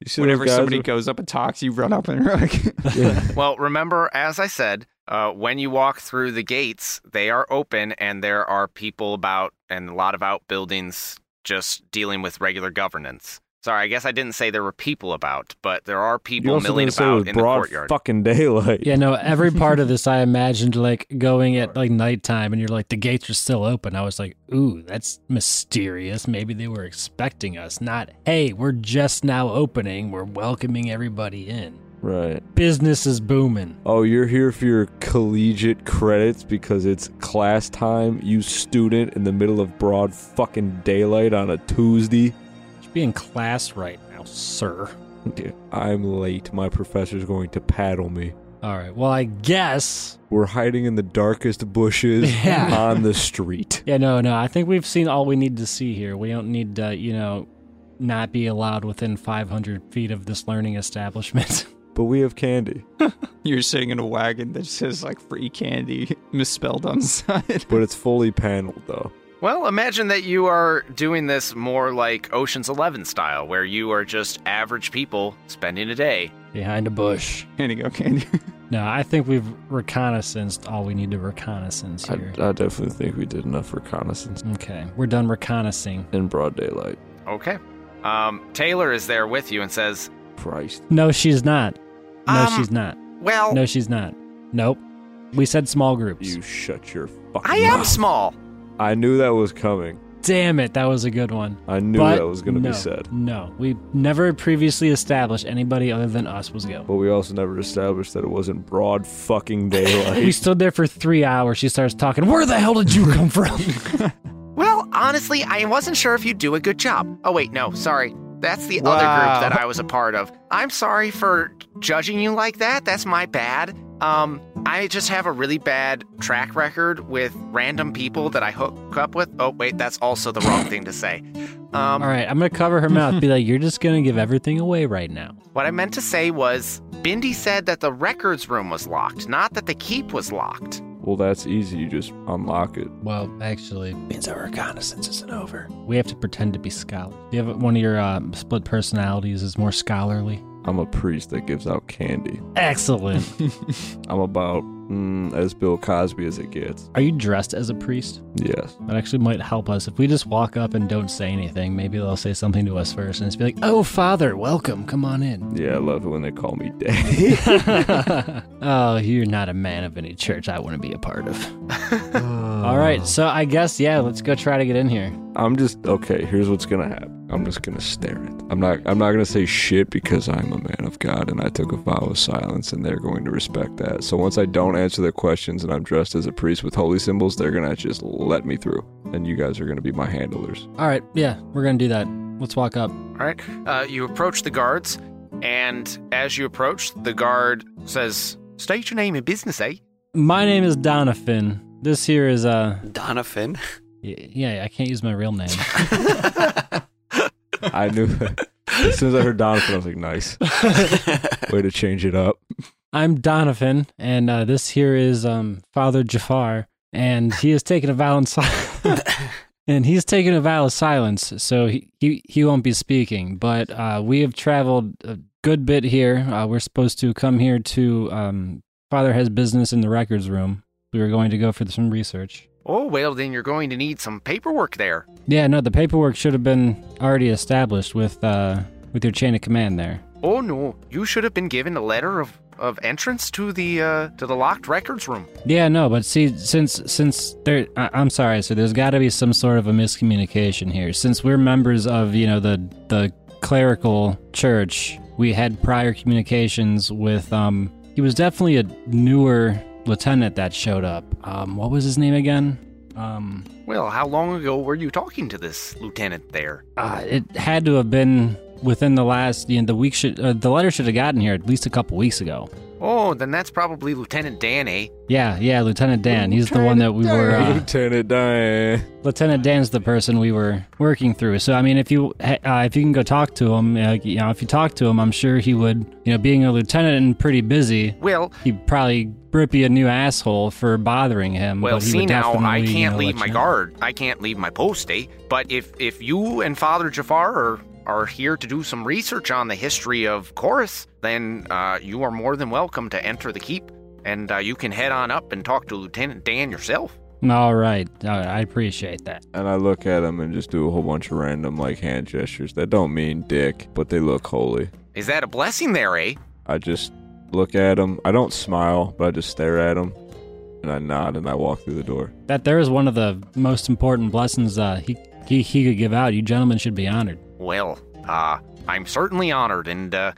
F: You see
C: Whenever
F: those guys
C: somebody
F: with-
C: goes up and talks, you run up and you're like,
B: Well, remember, as I said, uh, when you walk through the gates, they are open and there are people about and a lot of outbuildings just dealing with regular governance. Sorry, I guess I didn't say there were people about, but there are
F: you
B: people
F: also
B: milling
F: didn't say it
B: about
F: was
B: in the
F: broad
B: courtyard.
F: fucking daylight.
H: yeah, no. Every part of this, I imagined like going at like nighttime, and you're like the gates are still open. I was like, ooh, that's mysterious. Maybe they were expecting us. Not, hey, we're just now opening. We're welcoming everybody in.
F: Right.
H: Business is booming.
F: Oh, you're here for your collegiate credits because it's class time, you student, in the middle of broad fucking daylight on a Tuesday.
H: Should be in class right now, sir.
F: Dude, I'm late. My professor's going to paddle me.
H: All right. Well, I guess.
F: We're hiding in the darkest bushes
H: Yeah.
F: on the street.
H: Yeah, no, no. I think we've seen all we need to see here. We don't need to, you know, not be allowed within 500 feet of this learning establishment.
F: But we have candy,
C: you're sitting in a wagon that says like free candy misspelled on the side.
F: but it's fully paneled though.
B: Well, imagine that you are doing this more like Ocean's Eleven style, where you are just average people spending a day.
H: Behind a bush.
C: Here you go, candy.
H: No, I think we've reconnaissanced all we need to reconnaissance
F: I,
H: here.
F: I definitely think we did enough reconnaissance
H: okay, we're done reconnaissing.
F: in broad daylight.
B: Okay. Um, Taylor is there with you and says,
F: Christ.
H: No, she's not. No,
B: Um,
H: she's not.
B: Well,
H: No, she's not. Nope. We said small groups.
F: You shut your fucking
B: I am
F: mouth.
B: small.
F: I knew that was coming.
H: Damn it, that was a good one.
F: I knew
H: But
F: that was going to
H: no,
F: be said.
H: No, we never previously established anybody other than us was going.
F: But we also never established that it wasn't broad fucking
H: We
F: daylight.
H: stood there for three hours. She starts talking. Where the hell did you come from?
B: Well, honestly, I wasn't sure if you'd do a good job. Oh, wait, no, sorry. That's the other
C: Wow.
B: group that I was a part of. I'm sorry for judging you like that. That's my bad. Um, I just have a really bad track record with random people that I hook up with. Oh, wait, that's also the wrong thing to say. Um,
H: All right, I'm gonna cover her mouth. Be like, you're just gonna give everything away right now.
B: What I meant to say was Bindi said that the records room was locked, not that the keep was locked.
F: well, that's easy. You just unlock it.
H: Well, actually, means our reconnaissance isn't over. We have to pretend to be scholars. Do you have one of your uh, split personalities is more scholarly?
F: I'm a priest that gives out candy.
H: Excellent.
F: I'm about mm, as Bill Cosby as it gets.
H: Are you dressed as a priest?
F: Yes.
H: That actually might help us if we just walk up and don't say anything. Maybe they'll say something to us first and just be like, "Oh, Father, welcome. Come on in."
F: Yeah, I love it when they call me daddy.
H: oh, you're not a man of any church I want to be a part of. All right, so I guess yeah, let's go try to get in here.
F: I'm just okay. Here's what's gonna happen. I'm just gonna stare at. I'm not. I'm not gonna say shit because I'm a man of God and I took a vow of silence, and they're going to respect that. So once I don't answer their questions and I'm dressed as a priest with holy symbols, they're gonna just let me through, and you guys are gonna be my handlers.
H: All right, yeah, we're gonna do that. Let's walk up.
B: All right. Uh, you approach the guards, and as you approach, the guard says, "State your name and business, eh?"
H: My name is Donovan. This here is uh,
E: Donovan.
H: y- yeah, I can't use my real name.
F: I knew. as soon as I heard Donovan, I was like, nice way to change it up.
H: I'm Donovan, and uh, this here is um Father Jafar, and he is taking a vow in silence. And he's taking a vow of silence, so he, he, he won't be speaking. But uh, we have traveled a good bit here. Uh, we're supposed to come here to. Um, Father has business in the records room. We were going to go for some research.
B: Oh well, then you're going to need some paperwork there.
H: Yeah, no, the paperwork should have been already established with uh, with your chain of command there.
B: Oh no, you should have been given a letter of, of entrance to the uh, to the locked records room.
H: Yeah, no, but see, since since there, I, I'm sorry, so there's got to be some sort of a miscommunication here. Since we're members of you know the the clerical church, we had prior communications with um. He was definitely a newer lieutenant that showed up. Um, what was his name again? Um,
B: Well, how long ago were you talking to this lieutenant there?
H: uh, it had to have been within the last, you know, the week should, uh, the letter should have gotten here at least a couple weeks ago.
B: Oh, then that's probably Lieutenant eh? Danny.
H: Yeah, yeah, Lieutenant Dan. He's the one that we were. Uh,
F: Lieutenant Diane.
H: Lieutenant Dan's the person we were working through. So I mean, if you uh, if you can go talk to him, uh, you know, if you talk to him, I'm sure he would. You know, being a lieutenant and pretty busy,
B: Well,
H: he'd probably rip you a new asshole for bothering him.
B: well,
H: but he
B: see
H: would
B: now,
H: definitely,
B: I
H: you
B: can't
H: know,
B: leave
H: let
B: my
H: you know.
B: guard. I can't leave my post, eh? But if if you and Father Jafar are are here to do some research on the history of Chorus, then uh, you are more than welcome to enter the keep, and uh, you can head on up and talk to Lieutenant Dan yourself.
H: All right, all right, I appreciate that.
F: And I look at him and just do a whole bunch of random like hand gestures that don't mean dick, but they look holy.
B: Is that a blessing there, eh?
F: I just look at him. I don't smile, but I just stare at him, and I nod and I walk through the door.
H: That there is one of the most important blessings uh, he, he he could give out. You gentlemen should be honored.
B: Well, uh, I'm certainly honored, and uh,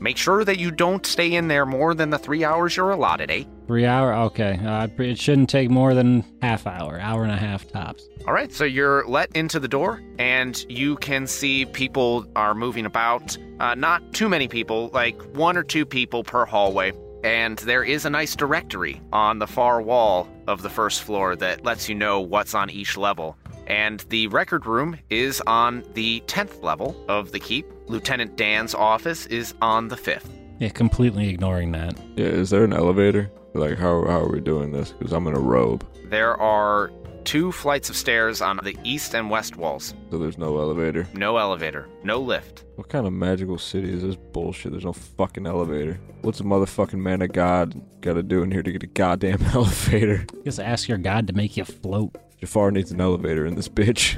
B: make sure that you don't stay in there more than the three hours you're allotted, eh?
H: Three hour, okay. Uh, it shouldn't take more than half hour, hour and a half tops.
B: All right, so you're let into the door, and you can see people are moving about. Uh, not too many people, like one or two people per hallway. And there is a nice directory on the far wall of the first floor that lets you know what's on each level. And the record room is on the 10th level of the keep. Lieutenant Dan's office is on the 5th.
H: Yeah, completely ignoring that.
F: Yeah, is there an elevator? Like, how how are we doing this? Because I'm in a robe,
B: There are two flights of stairs on the east and west walls.
F: so there's no elevator.
B: No elevator, no lift.
F: What kind of magical city is this bullshit? There's no fucking elevator. What's a motherfucking man of God got to do in here to get a goddamn elevator?
H: Just ask your god to make you float.
F: Jafar needs an elevator in this bitch.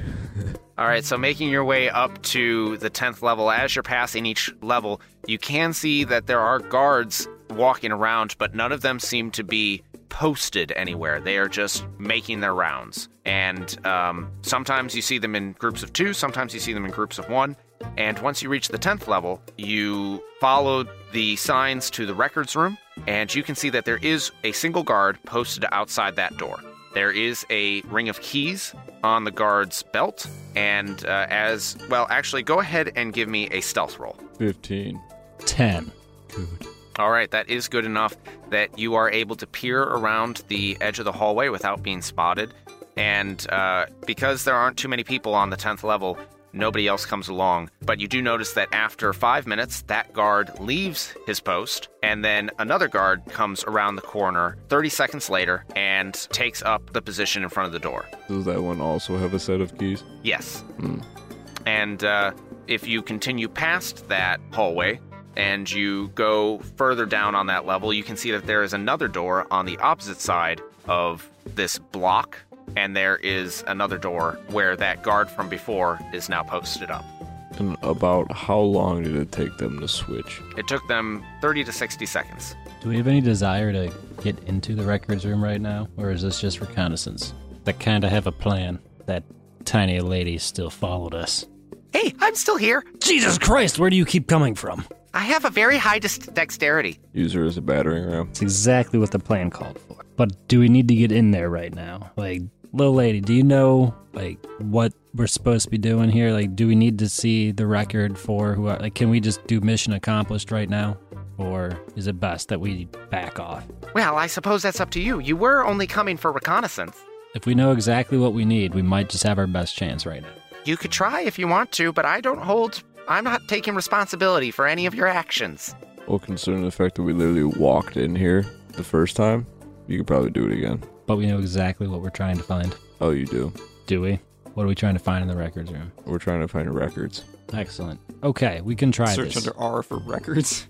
B: All right, so making your way up to the 10th level, as you're passing each level, you can see that there are guards walking around, but none of them seem to be posted anywhere. They are just making their rounds. And um, sometimes you see them in groups of two, sometimes you see them in groups of one. And once you reach the 10th level, you follow the signs to the records room, and you can see that there is a single guard posted outside that door. There is a ring of keys on the guard's belt, and uh, as well, actually, go ahead and give me a stealth roll.
F: Fifteen.
H: Ten.
B: All right, that is good enough that you are able to peer around the edge of the hallway without being spotted. And uh, because there aren't too many people on the 10th level, nobody else comes along. But you do notice that after five minutes, that guard leaves his post, and then another guard comes around the corner 30 seconds later and takes up the position in front of the door.
F: Does that one also have a set of keys?
B: Yes. And uh, if you continue past that hallway and you go further down on that level, you can see that there is another door on the opposite side of this block, and there is another door where that guard from before is now posted up.
F: And about how long did it take them to switch?
B: It took them 30 to 60 seconds.
H: Do we have any desire to get into the records room right now, or is this just reconnaissance? I kind of have a plan. That tiny lady still followed us.
B: Hey, I'm still here.
H: Jesus Christ, where do you keep coming from?
B: I have a very high dis- dexterity.
F: User is a battering ram.
H: It's exactly what the plan called for. But do we need to get in there right now? Like, little lady, do you know like what we're supposed to be doing here? Like, do we need to see the record for who? Are, like, can we just do mission accomplished right now, or is it best that we back off?
B: Well, I suppose that's up to you. You were only coming for reconnaissance.
H: If we know exactly what we need, we might just have our best chance right now.
B: You could try if you want to, but I don't hold. I'm not taking responsibility for any of your actions.
F: Well, considering the fact that we literally walked in here the first time, you could probably do it again.
H: But we know exactly what we're trying to find.
F: Oh, you do.
H: Do we? What are we trying to find in the records room?
F: We're trying to find records.
H: Excellent. Okay, we can try
C: Search
H: this.
C: under R for records.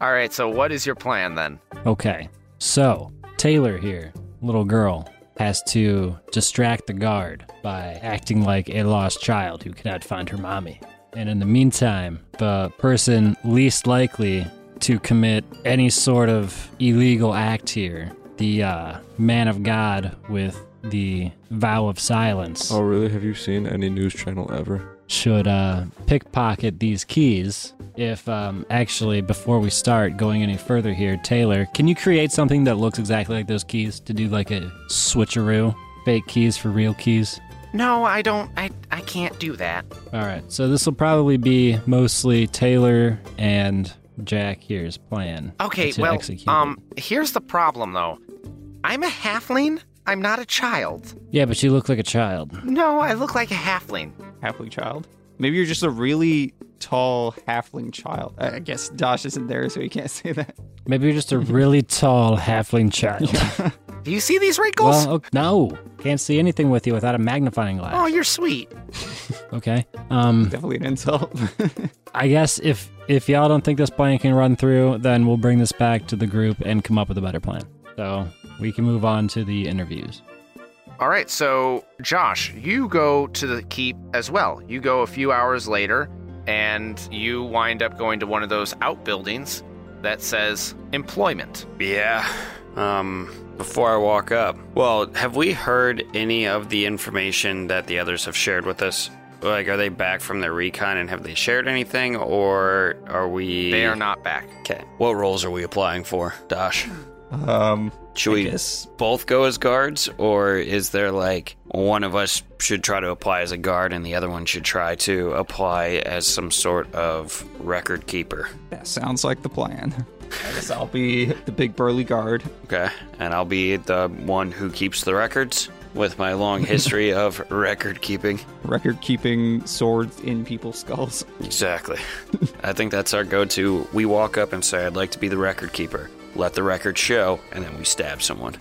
B: All right, so what is your plan then?
H: Okay. So, Taylor here, little girl, has to distract the guard by acting like a lost child who cannot find her mommy. And in the meantime, the person least likely to commit any sort of illegal act here, the uh, man of God with the vow of silence,
F: Oh, really? Have you seen any news channel ever?
H: should uh, pickpocket these keys. If um, actually, before we start going any further here, Taylor, can you create something that looks exactly like those keys to do like a switcheroo? Fake keys for real keys?
B: No, I don't. I, I can't do that.
H: All right. So this will probably be mostly Taylor and Jack here's plan.
B: Okay,
H: to
B: well,
H: execute it.
B: um, here's the problem though. I'm a halfling. I'm not a child.
H: yeah, but you look like a child.
B: No, I look like a halfling.
C: halfling child. Maybe you're just a really tall halfling child. I I guess Dosh isn't there, so he can't say that.
H: Maybe you're just a really tall halfling child.
B: Do you see these wrinkles?
H: well, uh, okay, no, can't see anything with you without a magnifying
B: oh,
H: glass.
B: you're sweet.
H: Okay. Um,
C: Definitely an insult.
H: I guess if if y'all don't think this plan can run through, then we'll bring this back to the group and come up with a better plan. So we can move on to the interviews.
B: All right, so Josh, you go to the keep as well. You go a few hours later, and you wind up going to one of those outbuildings that says employment.
E: Yeah. Um, before I walk up, well, have we heard any of the information that the others have shared with us? Like, are they back from their recon and have they shared anything, or are we?
B: They are not back.
E: Okay. What roles are we applying for, Dash?
C: um,
E: Should we both go as guards, or is there like one of us should try to apply as a guard and the other one should try to apply as some sort of record keeper?
C: that sounds like the plan. I guess I'll be the big burly guard.
E: Okay, and I'll be the one who keeps the records with my long history of record keeping.
C: Record keeping swords in people's skulls.
E: Exactly. I think that's our go to. We walk up and say, I'd like to be the record keeper. Let the record show, and then we stab someone.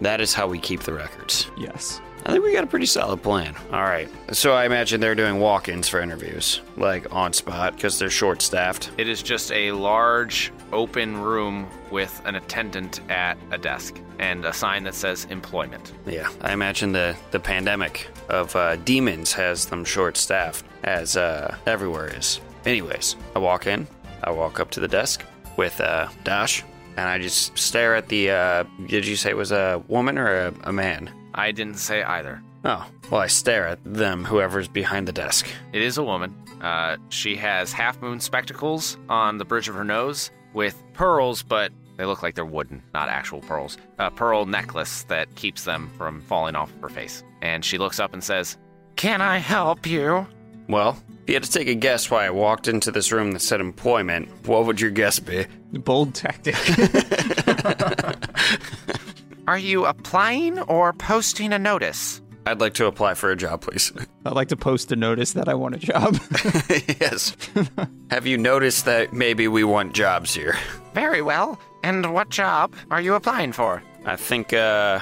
E: that is how we keep the records.
C: Yes.
E: I think we got a pretty solid plan. All right. So I imagine they're doing walk ins for interviews, like on spot, because they're short staffed.
B: It is just a large open room with an attendant at a desk and a sign that says employment.
E: Yeah. I imagine the, the pandemic of uh, demons has them short staffed, as uh, everywhere is. Anyways, I walk in, I walk up to the desk with uh, Dash, and I just stare at the. Uh, did you say it was a woman or a, a man?
B: I didn't say either.
E: Oh, well, I stare at them, whoever's behind the desk.
B: It is a woman. Uh, she has half moon spectacles on the bridge of her nose with pearls, but they look like they're wooden, not actual pearls. A pearl necklace that keeps them from falling off of her face. And she looks up and says, Can I help you?
E: Well, if you had to take a guess why I walked into this room that said employment, what would your guess be?
C: Bold tactic.
B: Are you applying or posting a notice?
E: I'd like to apply for a job, please.
C: I'd like to post a notice that I want a job.
E: yes. Have you noticed that maybe we want jobs here?
B: Very well. And what job are you applying for?
E: I think uh,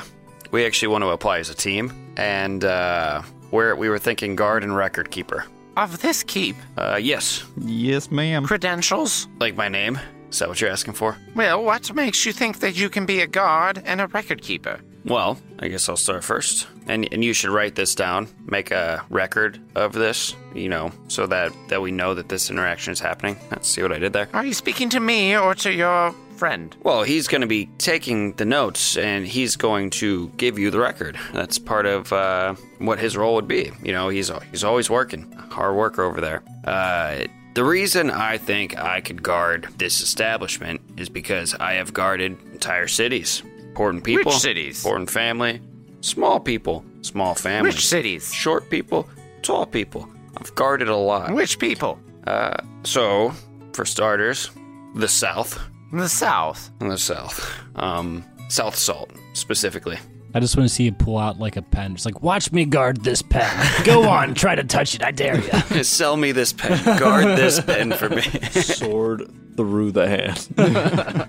E: we actually want to apply as a team, and uh, we're, we were thinking guard and record keeper.
B: Of this keep.
E: Uh, yes,
C: yes, ma'am.
B: Credentials?
E: like my name. Is that what you're asking for?
B: Well, what makes you think that you can be a guard and a record keeper?
E: Well, I guess I'll start first. And and you should write this down, make a record of this, you know, so that that we know that this interaction is happening. Let's see what I did there.
B: Are you speaking to me or to your friend?
E: Well, he's going to be taking the notes and he's going to give you the record. That's part of uh, what his role would be. You know, he's he's always working, hard worker over there. Uh, the reason I think I could guard this establishment is because I have guarded entire cities, important people,
B: cities?
E: important family, small people, small families,
B: Which cities?
E: short people, tall people. I've guarded a lot.
B: Which people?
E: Uh, so, for starters, the South
B: The South.
E: in the south. Um, South Salt specifically.
H: I just want to see you pull out like a pen. Just like, watch me guard this pen. Go on, try to touch it. I dare you.
E: Sell me this pen. Guard this pen for me.
F: Sword through the hand.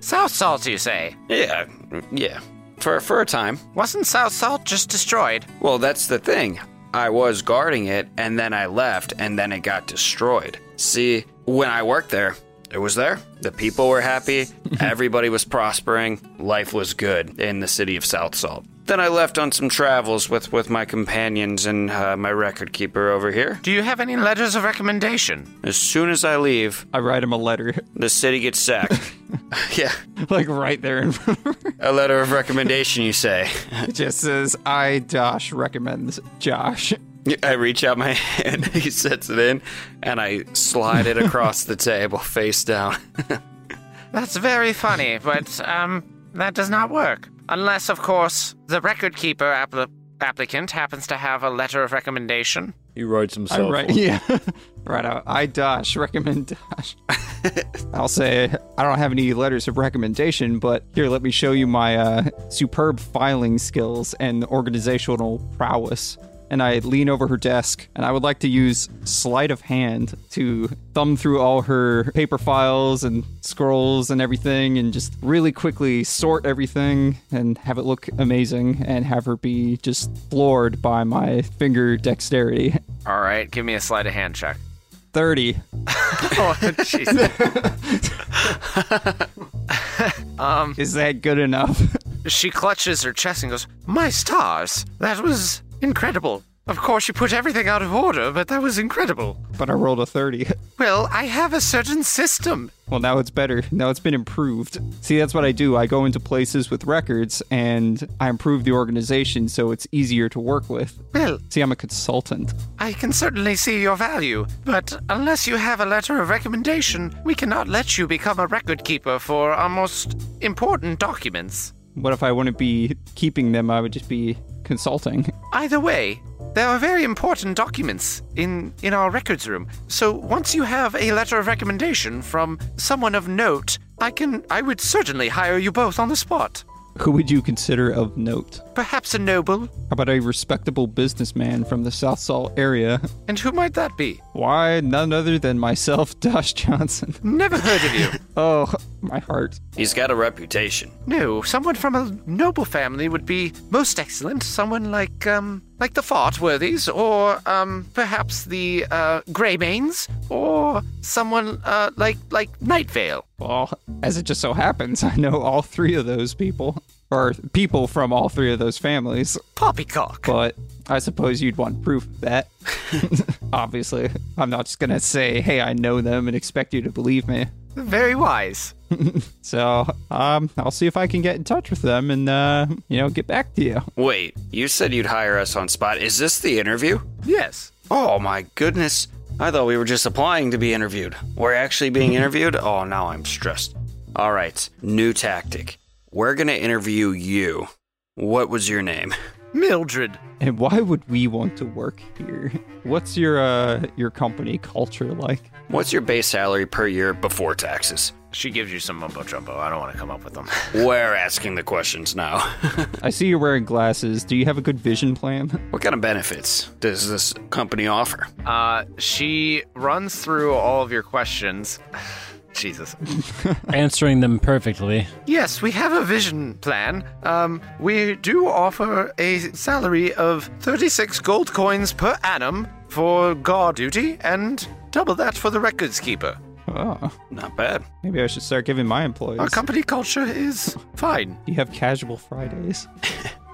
B: South Salt, you say?
E: yeah, yeah. For for a time.
B: Wasn't South Salt just destroyed?
E: Well, that's the thing. I was guarding it, and then I left, and then it got destroyed. See, when I worked there, it was there. The people were happy. Everybody was prospering. Life was good in the city of South Salt. Then I left on some travels with, with my companions and uh, my record keeper over here.
B: Do you have any letters of recommendation?
E: As soon as I leave,
C: I write him a letter,
E: The city gets sacked. yeah.
C: like right there in front of her.
E: A letter of recommendation, you say.
C: It just says, I, Dosh, recommends Josh.
E: I reach out my hand, he sets it in, and I slide it across the table face down.
B: That's very funny, but um, that does not work. Unless, of course, the record keeper app- applicant happens to have a letter of recommendation.
I: He writes
C: I
I: himself.
C: right, yeah, right out. I Dosh recommend Dosh. I'll say I don't have any letters of recommendation, but here, let me show you my uh, superb filing skills and organizational prowess. And I lean over her desk, and I would like to use sleight of hand to thumb through all her paper files and scrolls and everything, and just really quickly sort everything and have it look amazing, and have her be just floored by my finger dexterity.
B: All right, give me a sleight of hand check.
C: 30.
B: Oh, jeez.
C: Is that good enough?
B: she clutches her chest and goes, "My stars, that was incredible." Of course, you put everything out of order, but that was incredible.
C: but I rolled a 30.
B: Well, I have a certain system.
C: Well, now it's better. Now it's been improved. See, that's what I do. I go into places with records and I improve the organization so it's easier to work with.
B: Well,
C: See, I'm a consultant.
B: I can certainly see your value, but unless you have a letter of recommendation, we cannot let you become a record keeper for our most important documents.
C: What if I wouldn't be keeping them? I would just be consulting.
B: Either way, there are very important documents in, in our records room. So once you have a letter of recommendation from someone of note, I can I would certainly hire you both on the spot.
C: Who would you consider of note?
B: Perhaps a noble?
C: How about a respectable businessman from the South Salt area?
B: And who might that be?
C: Why, none other than myself, Dosh Johnson.
B: Never heard of you.
C: Oh, my heart.
E: He's got a reputation.
B: No, someone from a noble family would be most excellent. Someone like, um, like the Fartworthies, or, um, perhaps the, uh, Greymanes, or someone, uh, like, like Nightvale.
C: Well, as it just so happens, I know all three of those people, or people from all three of those families,
B: Poppycock.
C: but I suppose you'd want proof of that. Obviously, I'm not just going to say, hey, I know them and expect you to believe me.
B: Very wise.
C: So, um, I'll see if I can get in touch with them and, uh, you know, get back to you.
E: Wait, you said you'd hire us on spot. Is this the interview?
B: Yes.
E: Oh my goodness. I thought we were just applying to be interviewed. We're actually being interviewed? Oh, now I'm stressed. All right, new tactic. We're going to interview you. What was your name?
B: Mildred.
C: And why would we want to work here? What's your, uh, your company culture like?
E: What's your base salary per year before taxes?
B: She gives you some mumbo jumbo. I don't want to come up with them.
E: We're asking the questions now.
C: I see you're wearing glasses. Do you have a good vision plan?
E: what kind of benefits does this company offer?
B: Uh, she runs through all of your questions. Jesus.
H: Answering them perfectly.
B: Yes, we have a vision plan. Um, we do offer a salary of 36 gold coins per annum for guard duty and double that for the records keeper.
C: Oh,
E: Not bad.
C: maybe I should start giving my employees.
B: Our company culture is fine.
C: You have casual Fridays.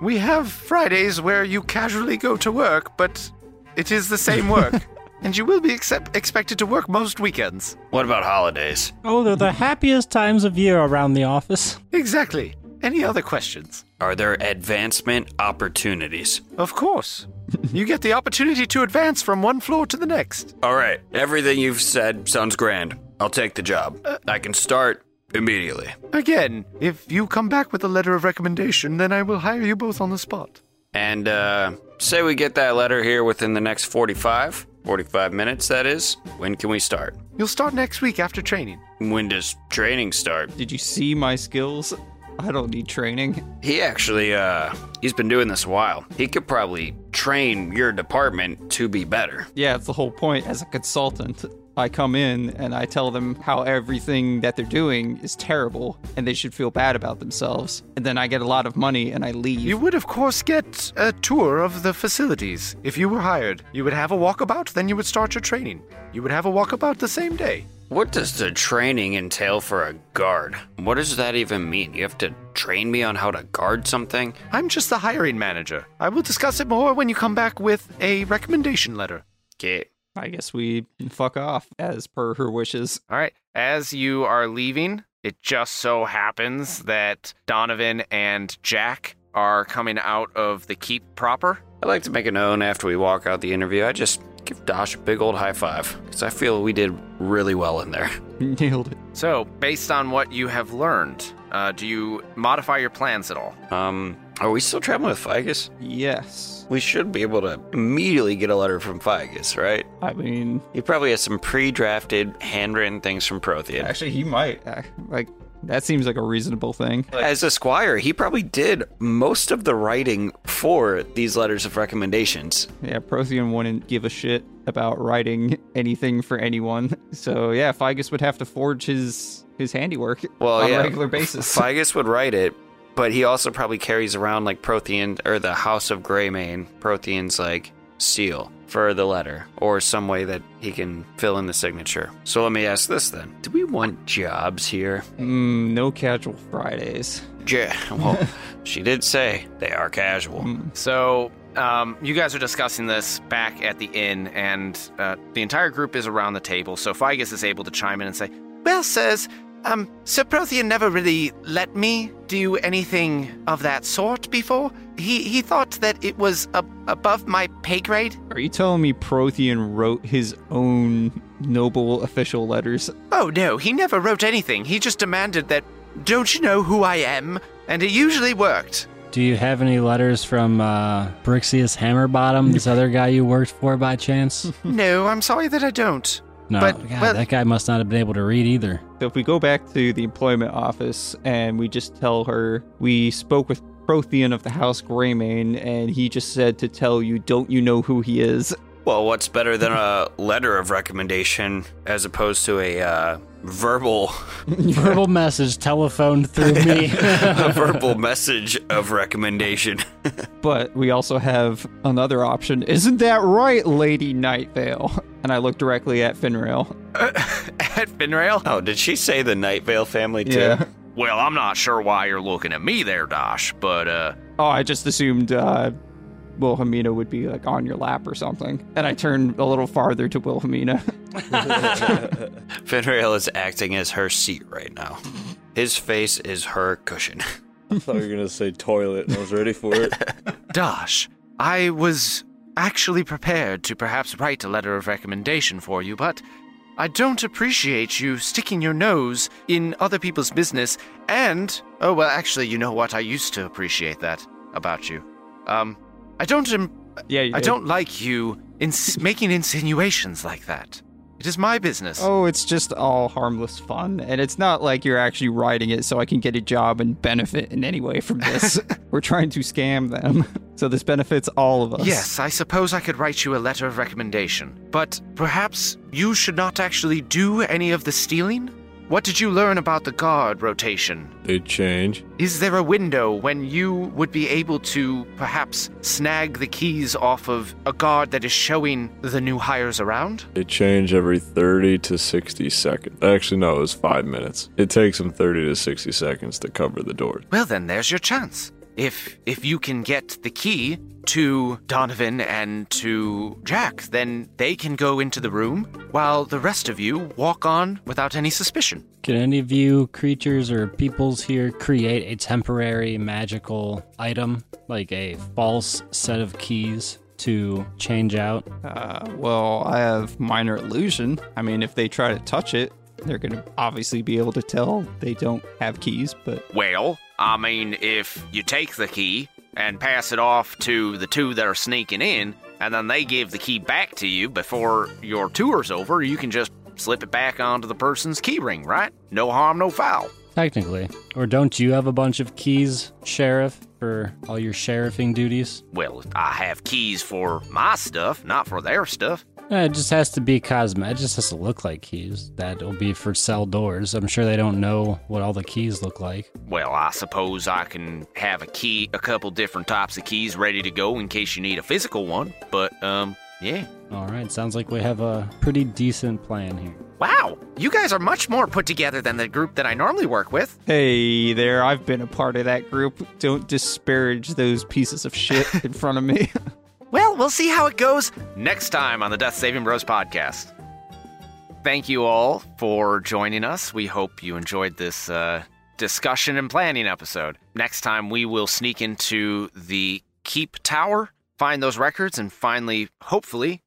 B: We have Fridays where you casually go to work, but it is the same work. and you will be accept- expected to work most weekends.
E: What about holidays?
H: Oh, they're the happiest times of year around the office.
B: Exactly. Any other questions?
E: Are there advancement opportunities?
B: Of course. you get the opportunity to advance from one floor to the next.
E: All right, everything you've said sounds grand. I'll take the job. Uh, I can start immediately.
B: Again, if you come back with a letter of recommendation, then I will hire you both on the spot.
E: And uh, say we get that letter here within the next 45, 45 minutes, that is. When can we start?
B: You'll start next week after training.
E: When does training start?
C: Did you see my skills? I don't need training.
E: He actually, uh, he's been doing this a while. He could probably train your department to be better.
C: Yeah, it's the whole point. As a consultant, I come in and I tell them how everything that they're doing is terrible and they should feel bad about themselves. And then I get a lot of money and I leave.
B: You would, of course, get a tour of the facilities if you were hired. You would have a walkabout, then you would start your training. You would have a walkabout the same day.
E: What does the training entail for a guard? What does that even mean? You have to train me on how to guard something?
B: I'm just the hiring manager. I will discuss it more when you come back with a recommendation letter.
E: Okay.
C: I guess we can fuck off as per her wishes.
B: All right. As you are leaving, it just so happens that Donovan and Jack are coming out of the keep proper.
E: I'd like to make it known after we walk out the interview. I just give Dosh a big old high five because I feel we did really well in there.
C: Nailed it.
B: So, based on what you have learned, uh, do you modify your plans at all?
E: Um, Are we still traveling with Ficus?
C: Yes.
E: We should be able to immediately get a letter from Ficus, right?
C: I mean,
E: He probably has some pre-drafted, handwritten things from Prothean.
C: actually, he might. uh, Like, that seems like a reasonable thing.
E: As a squire, he probably did most of the writing for these letters of recommendations.
C: Yeah, Prothean wouldn't give a shit about writing anything for anyone. So yeah, Figus would have to forge his his handiwork
E: Well,
C: on
E: yeah,
C: a regular basis.
E: Figus would write it, but he also probably carries around like Prothean or the House of Greymane, Prothean's like seal for the letter or some way that he can fill in the signature. So let me ask this then: Do we want jobs here?
C: mm, no casual Fridays.
E: Yeah. Well, she did say they are casual.
B: Mm. So um, you guys are discussing this back at the inn, and uh, the entire group is around the table. So Figus is able to chime in and say, "Well, sirs, um, Sir Prothean never really let me do anything of that sort before. He he thought that it was ab- above my pay grade.
C: Are you telling me Prothean wrote his own noble official letters?
B: Oh no, he never wrote anything. He just demanded that. Don't you know who I am? And it usually worked.
H: Do you have any letters from uh, Brixius Hammerbottom, this other guy you worked for by chance?
B: no, I'm sorry that I don't.
H: No,
B: But-
H: God,
B: but-
H: that guy must not have been able to read either.
C: So if we go back to the employment office and we just tell her we spoke with Prothean of the House Greymane and he just said to tell you, don't you know who he is?
E: Well, what's better than a letter of recommendation as opposed to a uh, verbal
H: Verbal message telephoned through me.
E: a verbal message of recommendation?
C: But we also have another option. Isn't that right, Lady Nightvale? And I look directly at Finrail.
B: At Finrail?
E: Oh, did she say the Night Vale family too?
B: Well, I'm not sure why you're looking at me there, Dosh, but uh,
C: Oh, I just assumed uh, Wilhelmina would be like on your lap or something. And I turned a little farther to Wilhelmina.
E: Fenrail is acting as her seat right now. His face is her cushion.
F: I thought you were gonna say toilet. and I was ready for it.
B: Dash, I was actually prepared to perhaps write a letter of recommendation for you, but I don't appreciate you sticking your nose in other people's business and. Oh, well, actually, you know what? I used to appreciate that about you. Um, I don't. Im-
C: yeah, you
B: I
C: did.
B: don't like you ins- making insinuations like that. It is my business.
C: Oh, it's just all harmless fun. And it's not like you're actually writing it so I can get a job and benefit in any way from this. We're trying to scam them. So this benefits all of us.
B: Yes, I suppose I could write you a letter of recommendation, but perhaps you should not actually do any of the stealing? What did you learn about the guard rotation?
F: They change.
B: Is there a window when you would be able to perhaps snag the keys off of a guard that is showing the new hires around?
F: They change every 30 to 60 seconds. Actually, no, it was five minutes. It takes them 30 to 60 seconds to cover the doors.
B: Well then there's your chance. If if you can get the key to Donovan and to Jack, then they can go into the room while the rest of you walk on without any suspicion.
H: Can any of you creatures or peoples here create a temporary magical item, like a false set of keys to change out?
C: Uh, well, I have minor illusion. I mean, if they try to touch it, they're going to obviously be able to tell they don't have keys, but
B: Well, I mean, if you take the key and pass it off to the two that are sneaking in, and then they give the key back to you before your tour's over, you can just slip it back onto the person's keyring, right? No harm, no foul.
H: Technically. Or don't you have a bunch of keys, Sheriff, for all your sheriffing duties?
B: Well, I have keys for my stuff, not for their stuff.
H: Eh, It just has to be cosmetic. It just has to look like keys. That'll be for cell doors. I'm sure they don't know what all the keys look like.
B: Well, I suppose I can have a key, a couple different types of keys ready to go in case you need a physical one, but, um, yeah.
H: All right, sounds like we have a pretty decent plan here.
B: Wow, you guys are much more put together than the group that I normally work with.
C: hey, there, I've been a part of that group. Don't disparage those pieces of shit in front of me.
B: Well, we'll see how it goes next time on the Death Saving Bros podcast. Thank you all for joining us. We hope you enjoyed this uh, discussion and planning episode. Next time, we will sneak into the Keep Tower, find those records, and finally, hopefully,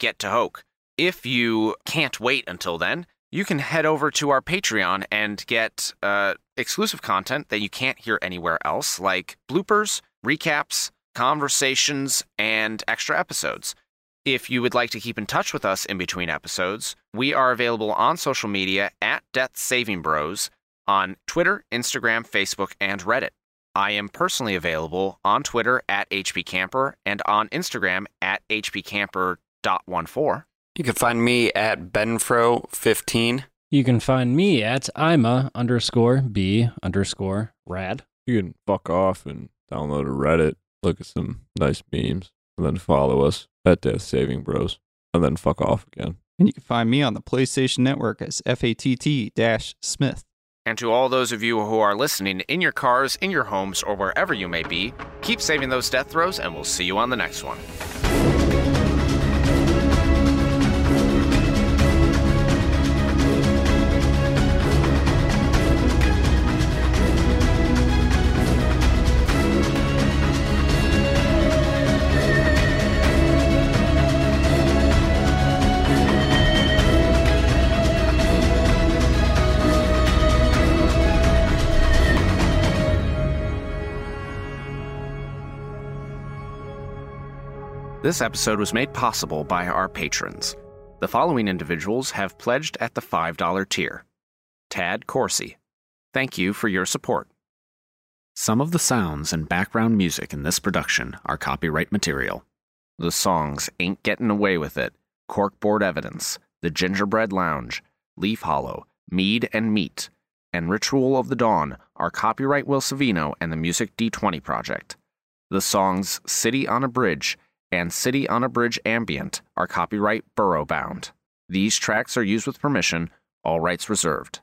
B: get to Hoke. If you can't wait until then, you can head over to our Patreon and get uh, exclusive content that you can't hear anywhere else, like bloopers, recaps, conversations, and extra episodes. If you would like to keep in touch with us in between episodes, we are available on social media at Death Saving Bros on Twitter, Instagram, Facebook, and Reddit. I am personally available on Twitter at HPCamper and on Instagram at HPCamper.14.
E: You can find me at Benfro15.
H: You can find me at Ima underscore B underscore rad.
F: You can fuck off and download a Reddit, look at some nice memes, and then follow us at Death Saving Bros, and then fuck off again.
C: And you can find me on the PlayStation Network as FATT Smith.
B: And to all those of you who are listening in your cars, in your homes, or wherever you may be, keep saving those death throws, and we'll see you on the next one. This episode was made possible by our patrons. The following individuals have pledged at the $5 tier Tad Corsi. Thank you for your support. Some of the sounds and background music in this production are copyright material. The songs Ain't Getting Away With It, Corkboard Evidence, The Gingerbread Lounge, Leaf Hollow, Mead and Meat, and Ritual of the Dawn are copyright Will Savino and the Music D20 Project. The songs City on a Bridge and City on a Bridge Ambient are copyright Burrow Bound. These tracks are used with permission, all rights reserved.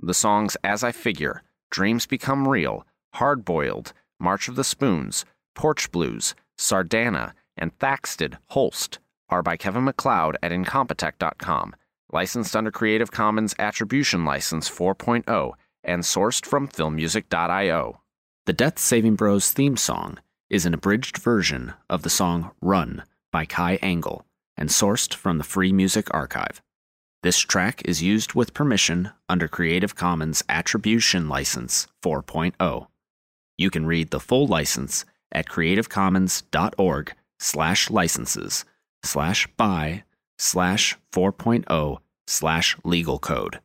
B: The songs As I Figure, Dreams Become Real, Hard Boiled, March of the Spoons, Porch Blues, Sardana, and Thaxted Holst are by Kevin McLeod at Incompetech.com, licensed under Creative Commons Attribution License 4.0 and sourced from filmmusic.io. The Death Saving Bros theme song is an abridged version of the song Run by Kai Angle and sourced from the Free Music Archive. This track is used with permission under Creative Commons Attribution License 4.0. You can read the full license at creativecommons.org slash licenses oh slash by slash 4.0 slash legal code.